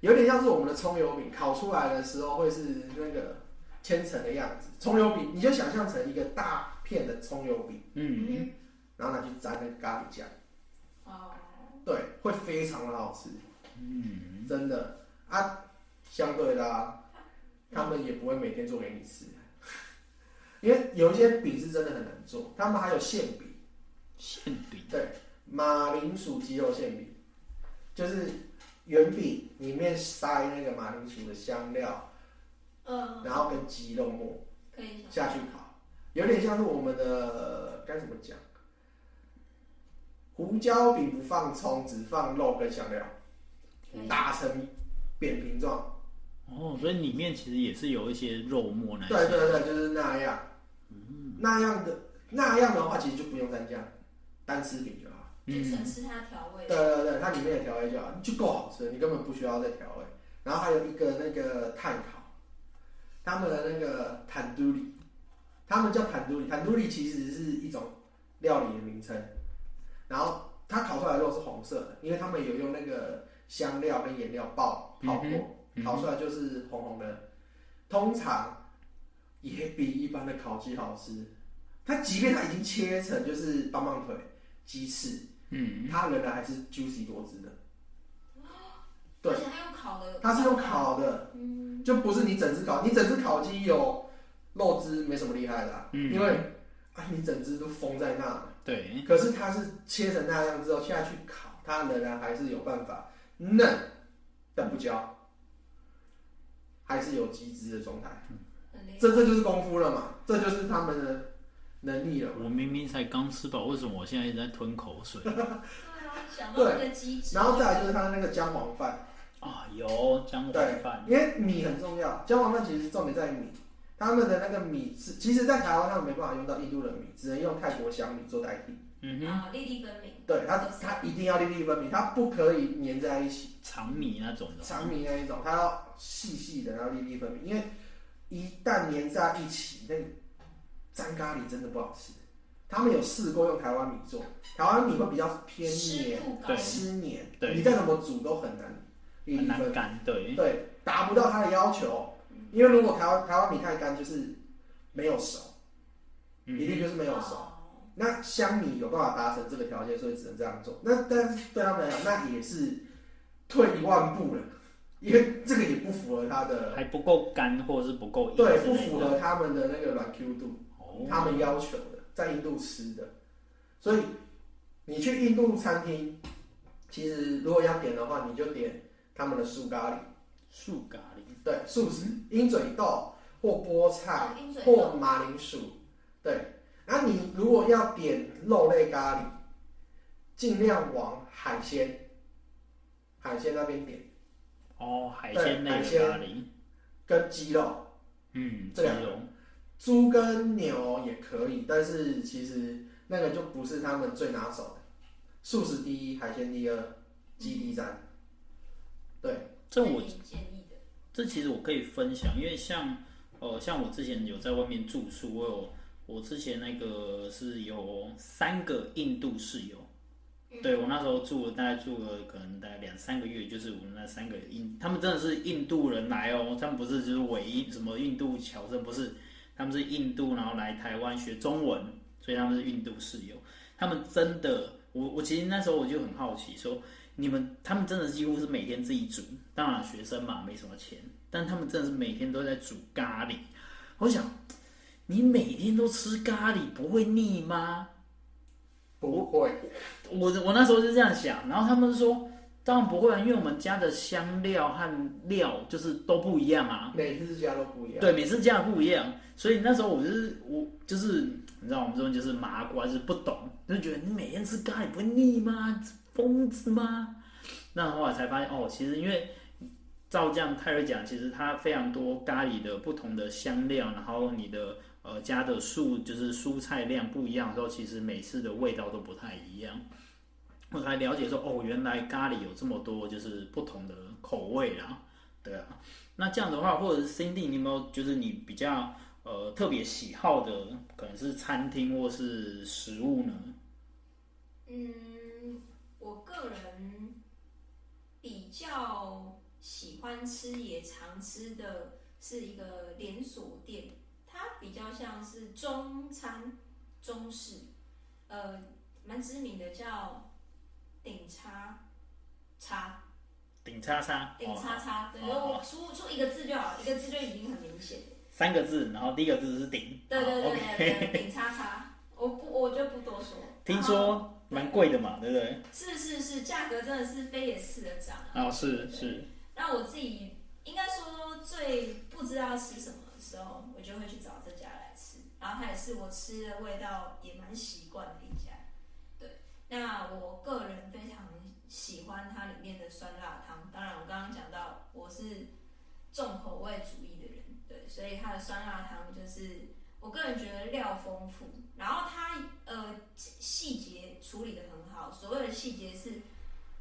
[SPEAKER 2] 有点像是我们的葱油饼，烤出来的时候会是那个千层的样子。葱油饼你就想象成一个大片的葱油饼，
[SPEAKER 1] 嗯
[SPEAKER 3] 嗯，
[SPEAKER 2] 然后拿去沾那个咖喱酱，
[SPEAKER 3] 哦，
[SPEAKER 2] 对，会非常的好吃，
[SPEAKER 1] 嗯，
[SPEAKER 2] 真的啊。相对的、啊，他们也不会每天做给你吃， 因为有一些饼是真的很难做，他们还有馅饼，
[SPEAKER 1] 馅饼，
[SPEAKER 2] 对，马铃薯鸡肉馅饼，就是圆饼里面塞那个马铃薯的香料，
[SPEAKER 3] 呃，
[SPEAKER 2] 然后跟鸡肉末
[SPEAKER 3] 可以想
[SPEAKER 2] 下去烤，有点像是我们的该怎么讲，胡椒饼不放葱，只放肉跟香料
[SPEAKER 3] 可以，
[SPEAKER 2] 打成扁平状，
[SPEAKER 1] 哦，所以里面其实也是有一些肉末那些。
[SPEAKER 2] 对对对，就是那样。那样的那样的话，其实就不用蘸酱，单吃饼就好。
[SPEAKER 3] 就
[SPEAKER 1] 嗯
[SPEAKER 3] 纯吃它的调味
[SPEAKER 2] 对。对对，它里面的调味就好，就够好吃，你根本不需要再调味。然后还有一个那个炭烤，他们的那个坦都里，他们叫坦都里，坦都里其实是一种料理的名称。然后它烤出来的肉是红色的，因为他们有用那个香料跟颜料爆泡过，
[SPEAKER 1] 嗯
[SPEAKER 2] 烤出来就是红红的。通常也比一般的烤鸡好吃。它即便它已经切成就是棒棒腿、鸡翅，
[SPEAKER 1] 嗯，
[SPEAKER 2] 它仍然还是 juicy 多汁的，对
[SPEAKER 3] 而且它用烤
[SPEAKER 1] 嗯
[SPEAKER 3] 的。
[SPEAKER 2] 它是用。烤的，
[SPEAKER 3] 嗯。
[SPEAKER 2] 就不是你整只烤，你整只烤鸡有肉汁没什么厉害的啊、
[SPEAKER 1] 嗯
[SPEAKER 2] 因为啊你整只都封在那嘛，
[SPEAKER 1] 对，
[SPEAKER 2] 可是它是切成那样之后下去烤，它仍然还是有办法嫩，但不焦，还是有鸡汁的状态，
[SPEAKER 3] 很厉害。
[SPEAKER 2] 这这就是功夫了嘛，这就是他们的能力了嘛。
[SPEAKER 1] 我明明才刚吃饱，为什么我现在一直在吞口 水
[SPEAKER 3] 对啊，想到那个机制。
[SPEAKER 2] 然后再来就是它那个姜黄饭。
[SPEAKER 1] 啊？有姜黄饭，
[SPEAKER 2] 因为米很重要，姜黄饭其实重点在于米，他们的那个米是，其实在台湾他们没办法用到印度的米，只能用泰国香米做代替。
[SPEAKER 1] 嗯哼，
[SPEAKER 3] 啊，粒粒分明。
[SPEAKER 2] 对，它它一定要粒粒分明，它不可以粘在一起，
[SPEAKER 1] 长米那种的，
[SPEAKER 2] 长米那一种，它要细细的，然后粒粒分明，因为一旦粘在一起，那个沾咖喱真的不好吃。他们有试过用台湾米做，台湾米会比较偏
[SPEAKER 3] 湿
[SPEAKER 2] 黏、
[SPEAKER 3] 度高
[SPEAKER 1] 对。
[SPEAKER 2] 湿黏，
[SPEAKER 1] 对
[SPEAKER 2] 你再怎么煮都很难粒
[SPEAKER 1] 很
[SPEAKER 2] 粒分
[SPEAKER 1] 难
[SPEAKER 2] 明。
[SPEAKER 1] 干，对，
[SPEAKER 2] 对，达不到他的要求，因为如果台湾台湾米太干，就是没有熟，一
[SPEAKER 1] 嗯，
[SPEAKER 2] 定就是没有熟。
[SPEAKER 3] 哦
[SPEAKER 2] 那香米有办法达成这个条件，所以只能这样做。那但是对他们来讲，那也是退一万步了，因为这个也不符合他的，
[SPEAKER 1] 还不够干或者是不够硬
[SPEAKER 2] 对，
[SPEAKER 1] 之
[SPEAKER 2] 不
[SPEAKER 1] 类
[SPEAKER 2] 符
[SPEAKER 1] 的。
[SPEAKER 2] 合他们的那个软 Q 度。
[SPEAKER 1] 哦，
[SPEAKER 2] 他们要求的，在印度吃的。所以你去印度餐厅，其实如果要点的话，你就点他们的素咖喱，
[SPEAKER 1] 素咖喱，
[SPEAKER 2] 对，素食、鹰嘴豆或菠菜
[SPEAKER 3] 嗯哦鹰嘴
[SPEAKER 2] 或
[SPEAKER 3] 豆。
[SPEAKER 2] 马铃薯，对。那你如果要点肉类咖喱，尽量往海鲜海鲜那边点，
[SPEAKER 1] 哦，海鲜类
[SPEAKER 2] 对海
[SPEAKER 1] 的
[SPEAKER 2] 鲜
[SPEAKER 1] 咖喱，
[SPEAKER 2] 跟鸡肉。
[SPEAKER 1] 嗯，这
[SPEAKER 2] 这两
[SPEAKER 1] 种，
[SPEAKER 2] 猪跟牛也可以，但是其实那个就不是他们最拿手的。素食第一，海鲜第二，鸡第三。
[SPEAKER 1] 这我
[SPEAKER 3] 是你建议的。
[SPEAKER 1] 这其实我可以分享，因为像呃，像我之前有在外面住宿，我有我之前那个是有三个印度室友，
[SPEAKER 3] 嗯
[SPEAKER 1] 对我那时候住了大概住了可能大概两三个月，就是我们那三个印，他们真的是印度人来哦，他们不是就是伪印什么印度侨生，不是，他们是印度然后来台湾学中文，所以他们是印度室友，他们真的，我我其实那时候我就很好奇说。你们他们真的几乎是每天自己煮，当然学生嘛没什么钱，但他们真的是每天都在煮咖喱。我想，你每天都吃咖喱不会腻吗？
[SPEAKER 2] 不会，
[SPEAKER 1] 我我那时候是这样想，然后他们说当然不会啊，因为我们加的香料和料就是都不一样啊。
[SPEAKER 2] 每次家都不一样。
[SPEAKER 1] 对，每次加的不一样，所以那时候我就是我就是你知道我们这种就是麻瓜，就是不懂，就觉得你每天吃咖喱不会腻吗？疯子吗？那后来才发现哦，其实因为照这样泰瑞讲，其实它非常多咖喱的不同的香料，然后你的呃加的素就是蔬菜量不一样的时候，其实每次的味道都不太一样。我才了解说哦，原来咖喱有这么多就是不同的口味啦，对啊。那这样的话，或者是 Cindy，你有没有就是你比较呃特别喜好的，可能是餐厅或是食物呢？
[SPEAKER 3] 嗯，我个人比较喜欢吃，也常吃的是一个连锁店，它比较像是中餐、中式，呃，蛮知名的叫顶叉叉
[SPEAKER 1] 顶叉叉，
[SPEAKER 3] 顶叉
[SPEAKER 1] 哦，
[SPEAKER 3] 叉，对，
[SPEAKER 1] 哦
[SPEAKER 3] 我出出一个字就好，一个字就已经很明显了。
[SPEAKER 1] 三个字，然后第一个字是顶，
[SPEAKER 3] 对对
[SPEAKER 1] 哦
[SPEAKER 3] 对
[SPEAKER 1] ，OK
[SPEAKER 3] 对对，顶叉叉，我不我就不多说。
[SPEAKER 1] 听
[SPEAKER 3] 哦
[SPEAKER 1] 说蛮贵的嘛，对不对？
[SPEAKER 3] 是是是，价格真的是飞也似的涨啊。
[SPEAKER 1] 啊、是是，
[SPEAKER 3] 那我自己应该说最不知道吃什么的时候，我就会去找这家来吃。然后它也是我吃的味道也蛮习惯的一家。对，那我个人非常喜欢它里面的酸辣汤。当然，我刚刚讲到我是是重口味主义的人，对，所以它的酸辣汤就是我个人觉得料丰富，然后它呃细节处理的很好。所谓的细节是，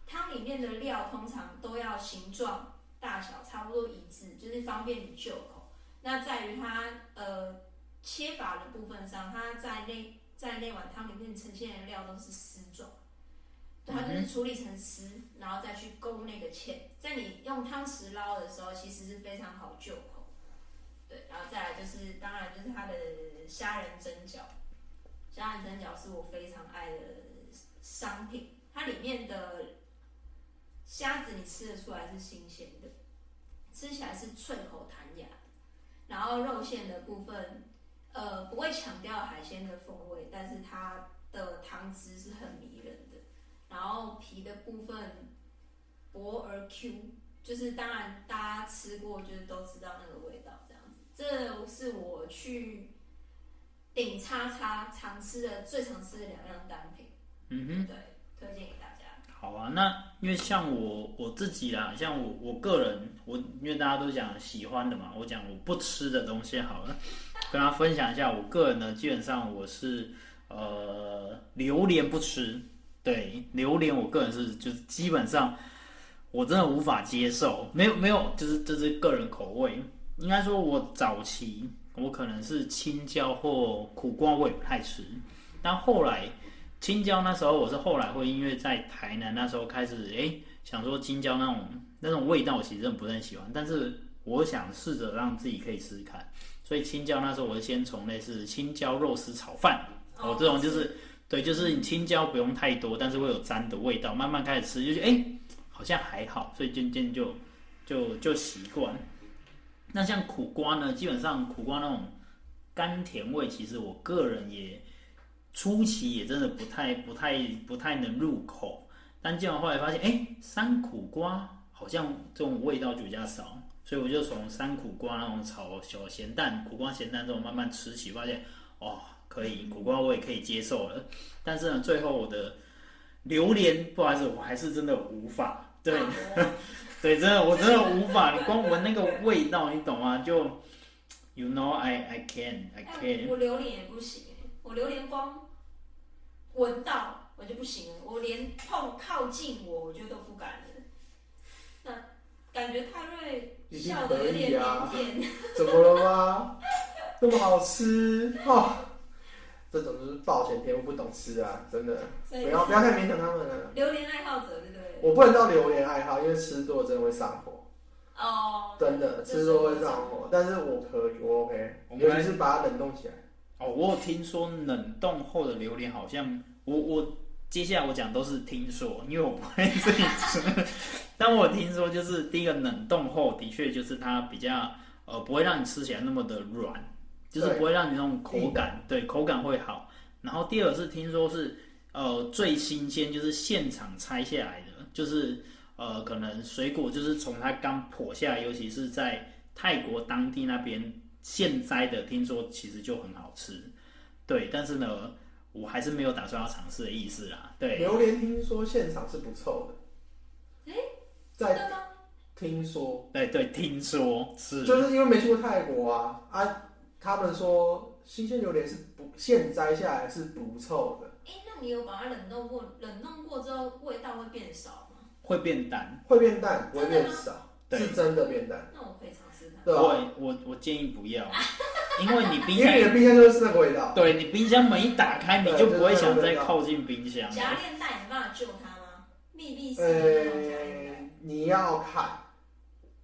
[SPEAKER 3] 汤里面的料通常都要形状、大小差不多一致，就是方便你就口。那在于它呃切法的部分上，它在那在那碗汤里面呈现的料都是丝状。对，它呃就是处理成丝，然后再去勾那个芡，在你用汤匙捞的时候，其实是非常好就口。对，然后再来就是，当然就是它的虾仁蒸饺，虾仁蒸饺是我非常爱的商品，它里面的虾子你吃得出来是新鲜的，吃起来是脆口弹牙的，然后肉馅的部分，呃，不会强调海鲜的风味，但是它的汤汁是很迷人的。然后皮的部分薄而 Q，就是当然大家吃过就是都知道那个味道这样子。这是我去顶叉叉常吃的最常吃的两样单品，
[SPEAKER 1] 嗯哼。
[SPEAKER 3] 对，推荐给大家。
[SPEAKER 1] 好啊，那因为像我我自己啦，像我我个人，我因为大家都讲喜欢的嘛，我讲我不吃的东西好了，跟大家分享一下。我个人呢，基本上我是呃榴莲不吃，对榴莲，我个人是就是基本上我真的无法接受，没有没有，就是这、就是个人口味。应该说，我早期我可能是青椒或苦瓜，我也不太吃，但后来。青椒那时候我是后来会因为在台南那时候开始，哎、想说青椒那种那种味道，我其实真的不是很喜欢，但是我想试着让自己可以试试看，所以青椒那时候我是先从类似青椒肉丝炒饭，哦，这种就是对，就是你青椒不用太多，但是会有沾的味道，慢慢开始吃就觉得哎、诶好像还好，所以渐渐就就就习惯。那像苦瓜呢，基本上苦瓜那种甘甜味，其实我个人也初期也真的不太、不太、不太能入口，但见完后来发现，哎，山苦瓜好像这种味道就比较少，所以我就从山苦瓜那种炒小咸蛋、苦瓜咸蛋这种慢慢吃起，发现哦，可以，苦瓜我也可以接受了。但是呢，最后我的榴莲，不好意思，我还是真的无法对。
[SPEAKER 3] 啊 法
[SPEAKER 1] 对，真的，我真的无法，你光闻那个味道，你懂吗？就，you know, I I can,
[SPEAKER 3] 国，
[SPEAKER 1] I
[SPEAKER 3] 哎
[SPEAKER 1] can。
[SPEAKER 3] 我榴莲也不行哎，我榴莲光闻到我就不行了，我连碰靠近我我就都不敢了。那感觉泰瑞
[SPEAKER 2] 一定
[SPEAKER 3] 笑
[SPEAKER 2] 可
[SPEAKER 3] 的有
[SPEAKER 2] 以
[SPEAKER 3] 点
[SPEAKER 2] 啊
[SPEAKER 3] 腼腆。
[SPEAKER 2] 怎么了吗？那么好吃哦！这种就是暴殄天物，不懂吃啊，真的，
[SPEAKER 3] 所 以
[SPEAKER 2] 不要不要太勉强他们了。
[SPEAKER 3] 榴莲爱好者，对不对？
[SPEAKER 2] 我不能到榴莲爱好，因为吃多真的会上火，
[SPEAKER 3] 哦，
[SPEAKER 2] 真的吃多会上火。但是我可以，我 OK，
[SPEAKER 1] 我们
[SPEAKER 2] 尤
[SPEAKER 1] 来
[SPEAKER 2] 其是把它冷冻起来。
[SPEAKER 1] 哦，我有听说冷冻后的榴莲好像，我我接下来我讲都是听说，因为我不会自己吃。 但我有听说就是第一个冷冻后的确就是它比较呃不会让你吃起来那么的软，就是
[SPEAKER 2] 对
[SPEAKER 1] 不会让你那种口感对口感会好。然后第二是听说是呃最新鲜就是现场拆下来的，就是呃可能水果就是从它刚剖下来，尤其是在泰国当地那边现摘的，听说其实就很好吃。对，但是呢，我还是没有打算要尝试的意思啦。对，
[SPEAKER 2] 榴莲听说现场是不臭的，在
[SPEAKER 3] 真的吗？
[SPEAKER 2] 听说
[SPEAKER 1] 对对，听说是，
[SPEAKER 2] 就是因为没去过泰国啊啊，他们说新鲜榴莲是不现摘下来是不臭的，
[SPEAKER 3] 哎、那你有把它冷冻过？冷冻过之后味道会变少吗？
[SPEAKER 1] 会变淡。
[SPEAKER 2] 会变淡，不会
[SPEAKER 3] 真的
[SPEAKER 2] 变
[SPEAKER 3] 吗
[SPEAKER 2] 少，
[SPEAKER 1] 对
[SPEAKER 2] 是真的变淡，
[SPEAKER 3] 那我可以尝试看。
[SPEAKER 2] 对吧？
[SPEAKER 1] 我我我建议不 要，因为你冰
[SPEAKER 2] 因为你
[SPEAKER 1] 箱，
[SPEAKER 2] 的冰箱就是那个味道，
[SPEAKER 1] 对你冰箱门一打开，你
[SPEAKER 2] 对
[SPEAKER 1] 就不会
[SPEAKER 2] 就是那
[SPEAKER 1] 想
[SPEAKER 2] 个
[SPEAKER 1] 再
[SPEAKER 2] 味道
[SPEAKER 1] 靠近冰箱了。
[SPEAKER 3] 夹链袋有办法救它吗？密闭式
[SPEAKER 2] 呃、
[SPEAKER 3] 的那种夹链袋。
[SPEAKER 2] 你要看，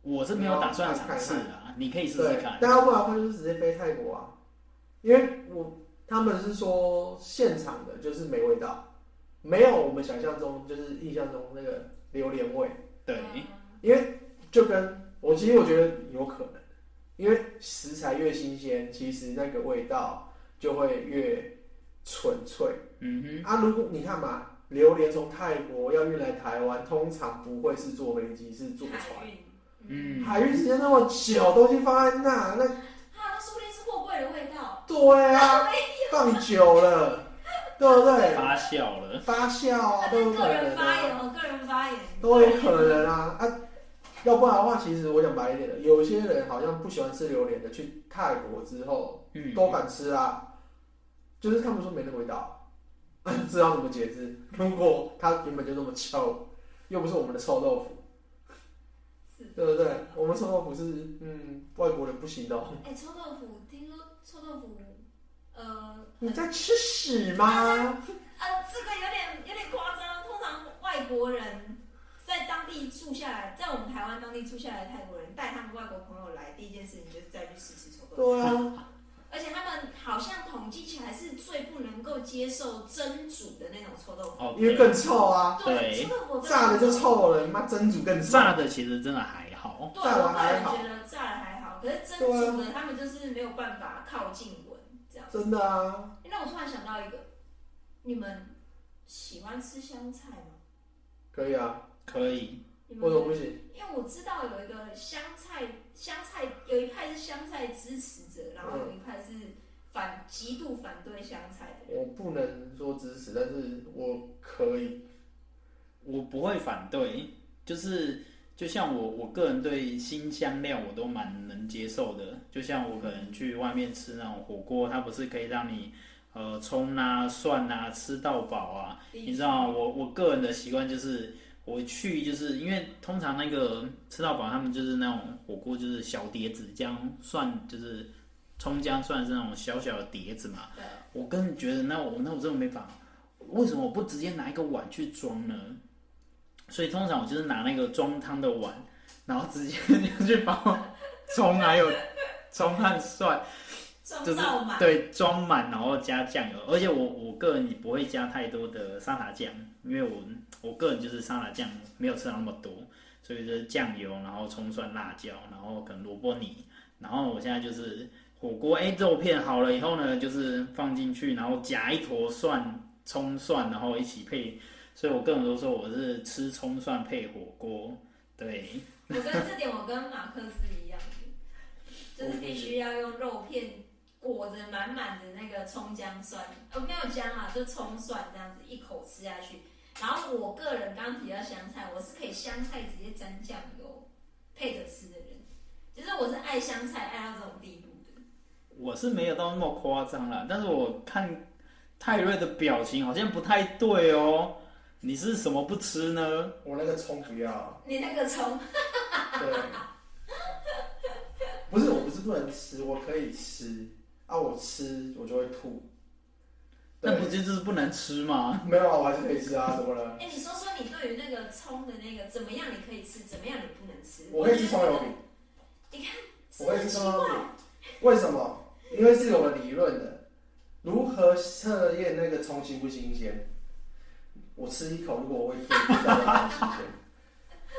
[SPEAKER 1] 我是没有打算
[SPEAKER 2] 你要
[SPEAKER 1] 尝
[SPEAKER 2] 看
[SPEAKER 1] 试啊，你可以试试
[SPEAKER 2] 对
[SPEAKER 1] 看，。
[SPEAKER 2] 但要不然的话就是直接飞泰国啊，因为我他们是说现场的就是没味道，没有我们想象中就是印象中那个榴莲味。
[SPEAKER 1] 对，
[SPEAKER 3] 嗯
[SPEAKER 2] 就跟我其实我觉得有可能，因为食材越新鲜，其实那个味道就会越纯粹。
[SPEAKER 1] 嗯
[SPEAKER 2] 啊，如果你看嘛，榴莲从泰国要运来台湾，通常不会是坐飞机，是坐
[SPEAKER 3] 海
[SPEAKER 2] 船。
[SPEAKER 3] 运。
[SPEAKER 1] 嗯
[SPEAKER 2] 海运时间那么久，东西放在那，那
[SPEAKER 3] 啊，那说不定是货柜的味道。
[SPEAKER 2] 对 啊，放久了，对不
[SPEAKER 1] 哼，
[SPEAKER 2] 对？
[SPEAKER 1] 发酵了，
[SPEAKER 2] 发酵啊，
[SPEAKER 3] 那
[SPEAKER 2] 都
[SPEAKER 3] 是
[SPEAKER 2] 有可
[SPEAKER 3] 个人
[SPEAKER 2] 能
[SPEAKER 3] 发言
[SPEAKER 2] 啊，
[SPEAKER 3] 哦，个人发言。
[SPEAKER 2] 都有可能啊。啊，要不然的话，其实我讲白一点的，有些人好像不喜欢吃榴莲的，去泰国之后
[SPEAKER 1] 嗯，
[SPEAKER 2] 都敢吃啊，就是他们说没那味道， 那你知道怎么解释？如果它原本就那么臭，又不是我们的臭豆腐，
[SPEAKER 3] 是
[SPEAKER 2] 对不对？我们臭豆腐是嗯外国人不行的哦、
[SPEAKER 3] 哎、臭豆腐，听说臭豆腐，呃，
[SPEAKER 2] 你在吃屎吗？
[SPEAKER 3] 呃，这个有点有点夸张。通常外国人在当地住下来，在我们台湾当地住下来的泰国人，带他们外国朋友来，第一件事情就是再去试吃臭豆腐。
[SPEAKER 2] 对啊，
[SPEAKER 3] 而且他们好像统计起来是最不能够接受蒸煮的那种臭豆腐。
[SPEAKER 1] 哦，
[SPEAKER 2] 因为更臭啊，
[SPEAKER 3] 对，
[SPEAKER 1] 对
[SPEAKER 3] 臭豆腐我真
[SPEAKER 2] 炸的就。臭了，你妈蒸煮更臭。
[SPEAKER 1] 炸的其实真的还好，
[SPEAKER 3] 对，
[SPEAKER 2] 炸的
[SPEAKER 3] 我个
[SPEAKER 2] 还
[SPEAKER 3] 人
[SPEAKER 2] 好
[SPEAKER 3] 觉得炸的还好，可是蒸煮的他们就是没有办法靠近闻这样。
[SPEAKER 2] 真的啊，
[SPEAKER 3] 那我突然想到一个，你们喜欢吃香菜吗？
[SPEAKER 2] 可以啊，
[SPEAKER 1] 可以，
[SPEAKER 3] 你
[SPEAKER 2] 为
[SPEAKER 3] 们
[SPEAKER 2] 什么不行？
[SPEAKER 3] 因为我知道有一个香菜，香菜有一派是香菜支持者，然后有一派是反极度反对香菜的人。
[SPEAKER 2] 我不能说支持，但是我可以。
[SPEAKER 1] 我不会反对，就是就像我我个人对新香料我都蛮能接受的，就像我可能去外面吃那种火锅，它不是可以让你呃葱啊蒜啊吃到饱啊，你知道，我我个人的习惯就是，我去就是因为通常那个吃到饱，他们就是那种火锅，就是小碟子，这样算就是葱姜蒜是那种小小的碟子嘛。
[SPEAKER 3] 对
[SPEAKER 1] 我个人觉得，那我那我真的没办法，为什么我不直接拿一个碗去装呢？所以通常我就是拿那个装汤的碗，然后直接 就去把我葱还有葱 和蒜就是
[SPEAKER 3] 装到满，
[SPEAKER 1] 对，装满然后加酱油，而且我我个人也不会加太多的沙茶酱，因为我我个人就是沙茶酱没有吃到那么多，所以就是酱油，然后葱蒜辣椒，然后可能萝卜泥，然后我现在就是火锅，哎，肉片好了以后呢，就是放进去，然后夹一坨蒜、葱蒜，然后一起配，所以我个人都说我是吃葱蒜配火锅，对，
[SPEAKER 3] 我跟这点我跟马克思一样，就是必须要用肉片裹着满满的那个葱姜蒜，呃没有姜啊，就葱蒜这样子一口吃下去。然后我个人刚刚提到香菜，我是可以香菜直接沾酱油配着吃的人，就是我是爱香菜爱到这种地步的。
[SPEAKER 1] 我是没有到那么夸张啦，但是我看泰瑞的表情好像不太对哦。你是什么不吃呢？
[SPEAKER 2] 我那个葱不要，
[SPEAKER 3] 你那个葱
[SPEAKER 2] 对，不是我不是不能吃，我可以吃啊，我吃我就会吐。
[SPEAKER 1] 那
[SPEAKER 2] 对
[SPEAKER 1] 不，就是不能吃吗？
[SPEAKER 2] 没有啊，我还是可以吃啊，怎么了？
[SPEAKER 3] 哎、你说说你对于那个葱的那个怎么样你可以吃，怎么样你不能吃？
[SPEAKER 2] 我可以吃葱油饼，
[SPEAKER 3] 你看，是
[SPEAKER 2] 我
[SPEAKER 3] 不
[SPEAKER 2] 可
[SPEAKER 3] 是
[SPEAKER 2] 以吃
[SPEAKER 3] 很奇
[SPEAKER 2] 葱油饼
[SPEAKER 3] 怪。。
[SPEAKER 2] 为什么？因为是有了理论的，如何测验那个葱新不新鲜？我吃一口，如果我会吐，不知道它新 不新鲜。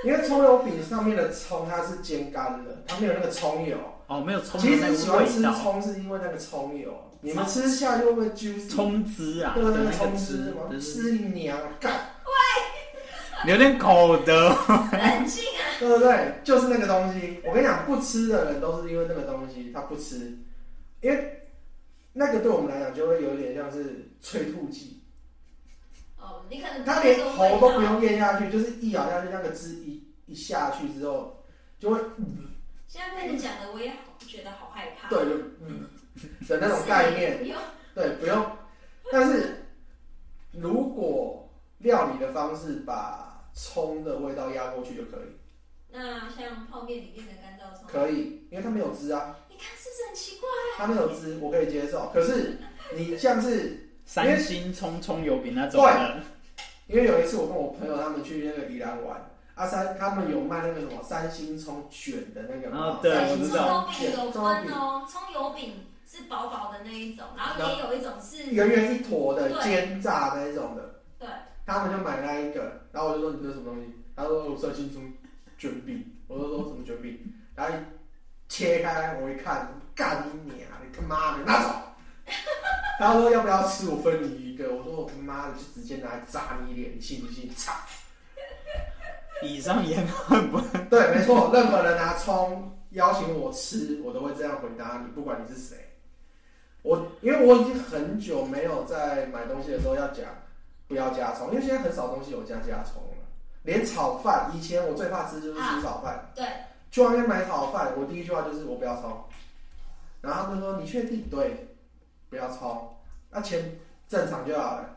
[SPEAKER 2] 因为葱油饼上面的葱它是煎干的，它没有那个葱油。
[SPEAKER 1] 哦，没有葱的
[SPEAKER 2] 其
[SPEAKER 1] 那
[SPEAKER 2] 实
[SPEAKER 1] 个
[SPEAKER 2] 喜欢吃
[SPEAKER 1] 味道，
[SPEAKER 2] 葱是因为那个葱油，你们吃下去会不会 juicy？
[SPEAKER 1] 葱汁啊，
[SPEAKER 2] 对
[SPEAKER 1] 的那
[SPEAKER 2] 那个葱
[SPEAKER 1] 个
[SPEAKER 2] 汁
[SPEAKER 1] 汁
[SPEAKER 2] 嘛，，
[SPEAKER 1] 就是
[SPEAKER 2] 吃你娘啊干，
[SPEAKER 1] 有点口德。
[SPEAKER 3] 冷静啊！
[SPEAKER 2] 对不对？就是那个东西。我跟你讲，不吃的人都是因为那个东西，他不吃，因为那个对我们来讲就会有点像是催吐剂，
[SPEAKER 3] 哦，你可能
[SPEAKER 2] 他连喉都不用咽下去，就是一咬下去，那个汁一一下去之后，就会
[SPEAKER 3] 现在被你讲的，我也好觉得好害怕。
[SPEAKER 2] 对就嗯的那种概念。
[SPEAKER 3] 啊是你。 有
[SPEAKER 2] 对，不用。但是如果料理的方式把葱的味道压过去就可以，
[SPEAKER 3] 那像泡面里面的干燥葱，
[SPEAKER 2] 可以，因为它没有汁啊，
[SPEAKER 3] 你看是不是很奇怪？
[SPEAKER 2] 它没有汁，我可以接受。可是你像是，
[SPEAKER 1] 三星葱葱油饼那种的，
[SPEAKER 2] 因为有一次我跟我朋友他们去那个宜兰玩，阿、三他们有卖那个什么三星葱卷的那个，
[SPEAKER 1] 啊对
[SPEAKER 2] 三
[SPEAKER 1] 我
[SPEAKER 2] 星
[SPEAKER 1] 知
[SPEAKER 3] 葱
[SPEAKER 1] 道
[SPEAKER 2] 葱卷，葱油
[SPEAKER 3] 油饼有分
[SPEAKER 2] 饼
[SPEAKER 3] 哦，葱油饼是薄薄的那一种，然后
[SPEAKER 2] 然后
[SPEAKER 3] 也有一种是，
[SPEAKER 2] 圆圆一坨的
[SPEAKER 3] 对
[SPEAKER 2] 煎炸那一种的，
[SPEAKER 3] 对，
[SPEAKER 2] 他们就买那一个，然后我就说你这是什么东西？他说我三星葱卷饼，我就说什么卷饼，然后一切开我一看，干你娘！你他妈的拿走！他说要不要吃？我分你一个。我说我他妈的就直接拿来砸你脸，你信不信？操！
[SPEAKER 1] 以上言论不
[SPEAKER 2] 对，没错，任何人拿葱邀请我吃，我都会这样回答你，不管你是谁。我因为我已经很久没有在买东西的时候要讲不要加葱，因为现在很少东西有加加葱了。连炒饭，以前我最怕吃就是吃炒饭，
[SPEAKER 3] 对，
[SPEAKER 2] 去外面买炒饭，我第一句话就是我不要抄，然后他们说你确定？对，不要抄，那钱正常就好了。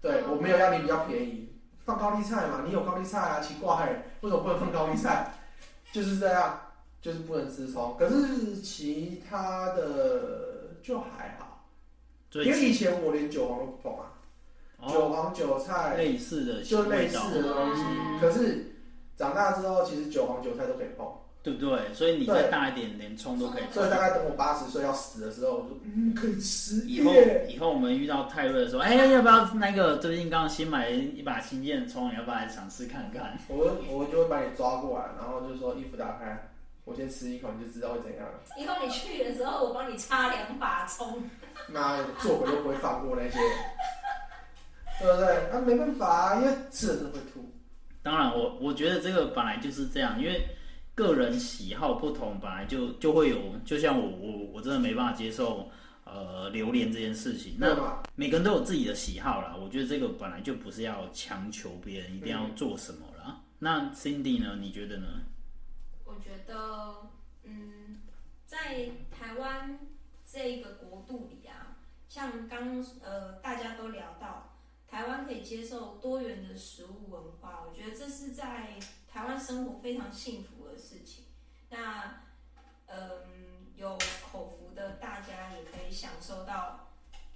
[SPEAKER 2] 对，我没有要你比较便宜，放高丽菜嘛，你有高丽菜啊，奇怪、为什么不能放高丽菜？就是这样，就是不能吃葱。可是其他的就还好，
[SPEAKER 1] 所
[SPEAKER 2] 因
[SPEAKER 1] 以
[SPEAKER 2] 为以前我连韭黄都不碰啊，
[SPEAKER 1] 哦，
[SPEAKER 2] 韭黄、韭菜
[SPEAKER 1] 类似的
[SPEAKER 2] 就类
[SPEAKER 1] 味
[SPEAKER 2] 似
[SPEAKER 1] 道，
[SPEAKER 2] 的东西。
[SPEAKER 3] 嗯
[SPEAKER 2] 可是长大之后，其实韭黄、韭菜都可以碰。
[SPEAKER 1] 对不对？所以你再大一点，连葱都可以
[SPEAKER 2] 所以
[SPEAKER 1] 吃。
[SPEAKER 2] 大概等我八十岁要死的时候，我就嗯可以吃
[SPEAKER 1] 以后
[SPEAKER 2] 耶。
[SPEAKER 1] 以后我们遇到泰瑞的时候，哎，要不要那个最近刚新买一把新鲜的葱，你要不要来尝试看看？
[SPEAKER 2] 我我就会把你抓过来，然后就说衣服打开，我先吃一口，你就知道会怎样了。
[SPEAKER 3] 以后你去的时候，我帮你插两把葱。
[SPEAKER 2] 妈的，做鬼都不会放过那些，对不对？啊，没办法啊，因为吃了真的会吐。
[SPEAKER 1] 当然我，我觉得这个本来就是这样，因为个人喜好不同，本来就就会有。就像我我我真的没办法接受呃榴莲这件事情，
[SPEAKER 2] 对
[SPEAKER 1] 那
[SPEAKER 2] 嘛？
[SPEAKER 1] 每个人都有自己的喜好啦。我觉得这个本来就不是要强求别人一定要做什么啦。那 Cindy 呢？你觉得呢？
[SPEAKER 3] 我觉得，嗯，在台湾这一个国度里啊，像刚呃大家都聊到，台湾可以接受多元的食物文化，我觉得这是在台湾生活非常幸福的事情。那嗯，有口福的大家也可以享受到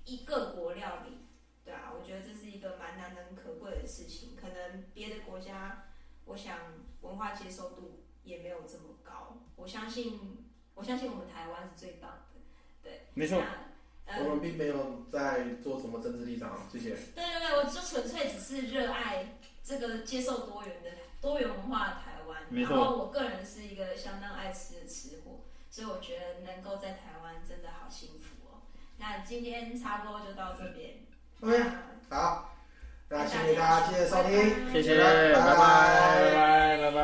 [SPEAKER 3] 一各国料理，对啊，我觉得这是一个蛮难能可贵的事情。可能别的国家，我想文化接受度也没有这么高。我相信，我相信我们台湾是最棒的。
[SPEAKER 1] 没
[SPEAKER 3] 那，呃，
[SPEAKER 2] 我们并没有在做什么政治立场，谢谢。
[SPEAKER 3] 对对对，我就纯粹只是热爱这个接受多元的多元文化的台湾。
[SPEAKER 1] 没错
[SPEAKER 3] 然后我个人是一个相当爱吃的吃货，所以我觉得能够在台湾真的好幸福哦。那今天差不多就到这边。
[SPEAKER 2] OK，好，那谢谢大家今天的收听，
[SPEAKER 3] 拜拜
[SPEAKER 1] 谢谢，
[SPEAKER 2] 拜
[SPEAKER 1] 拜拜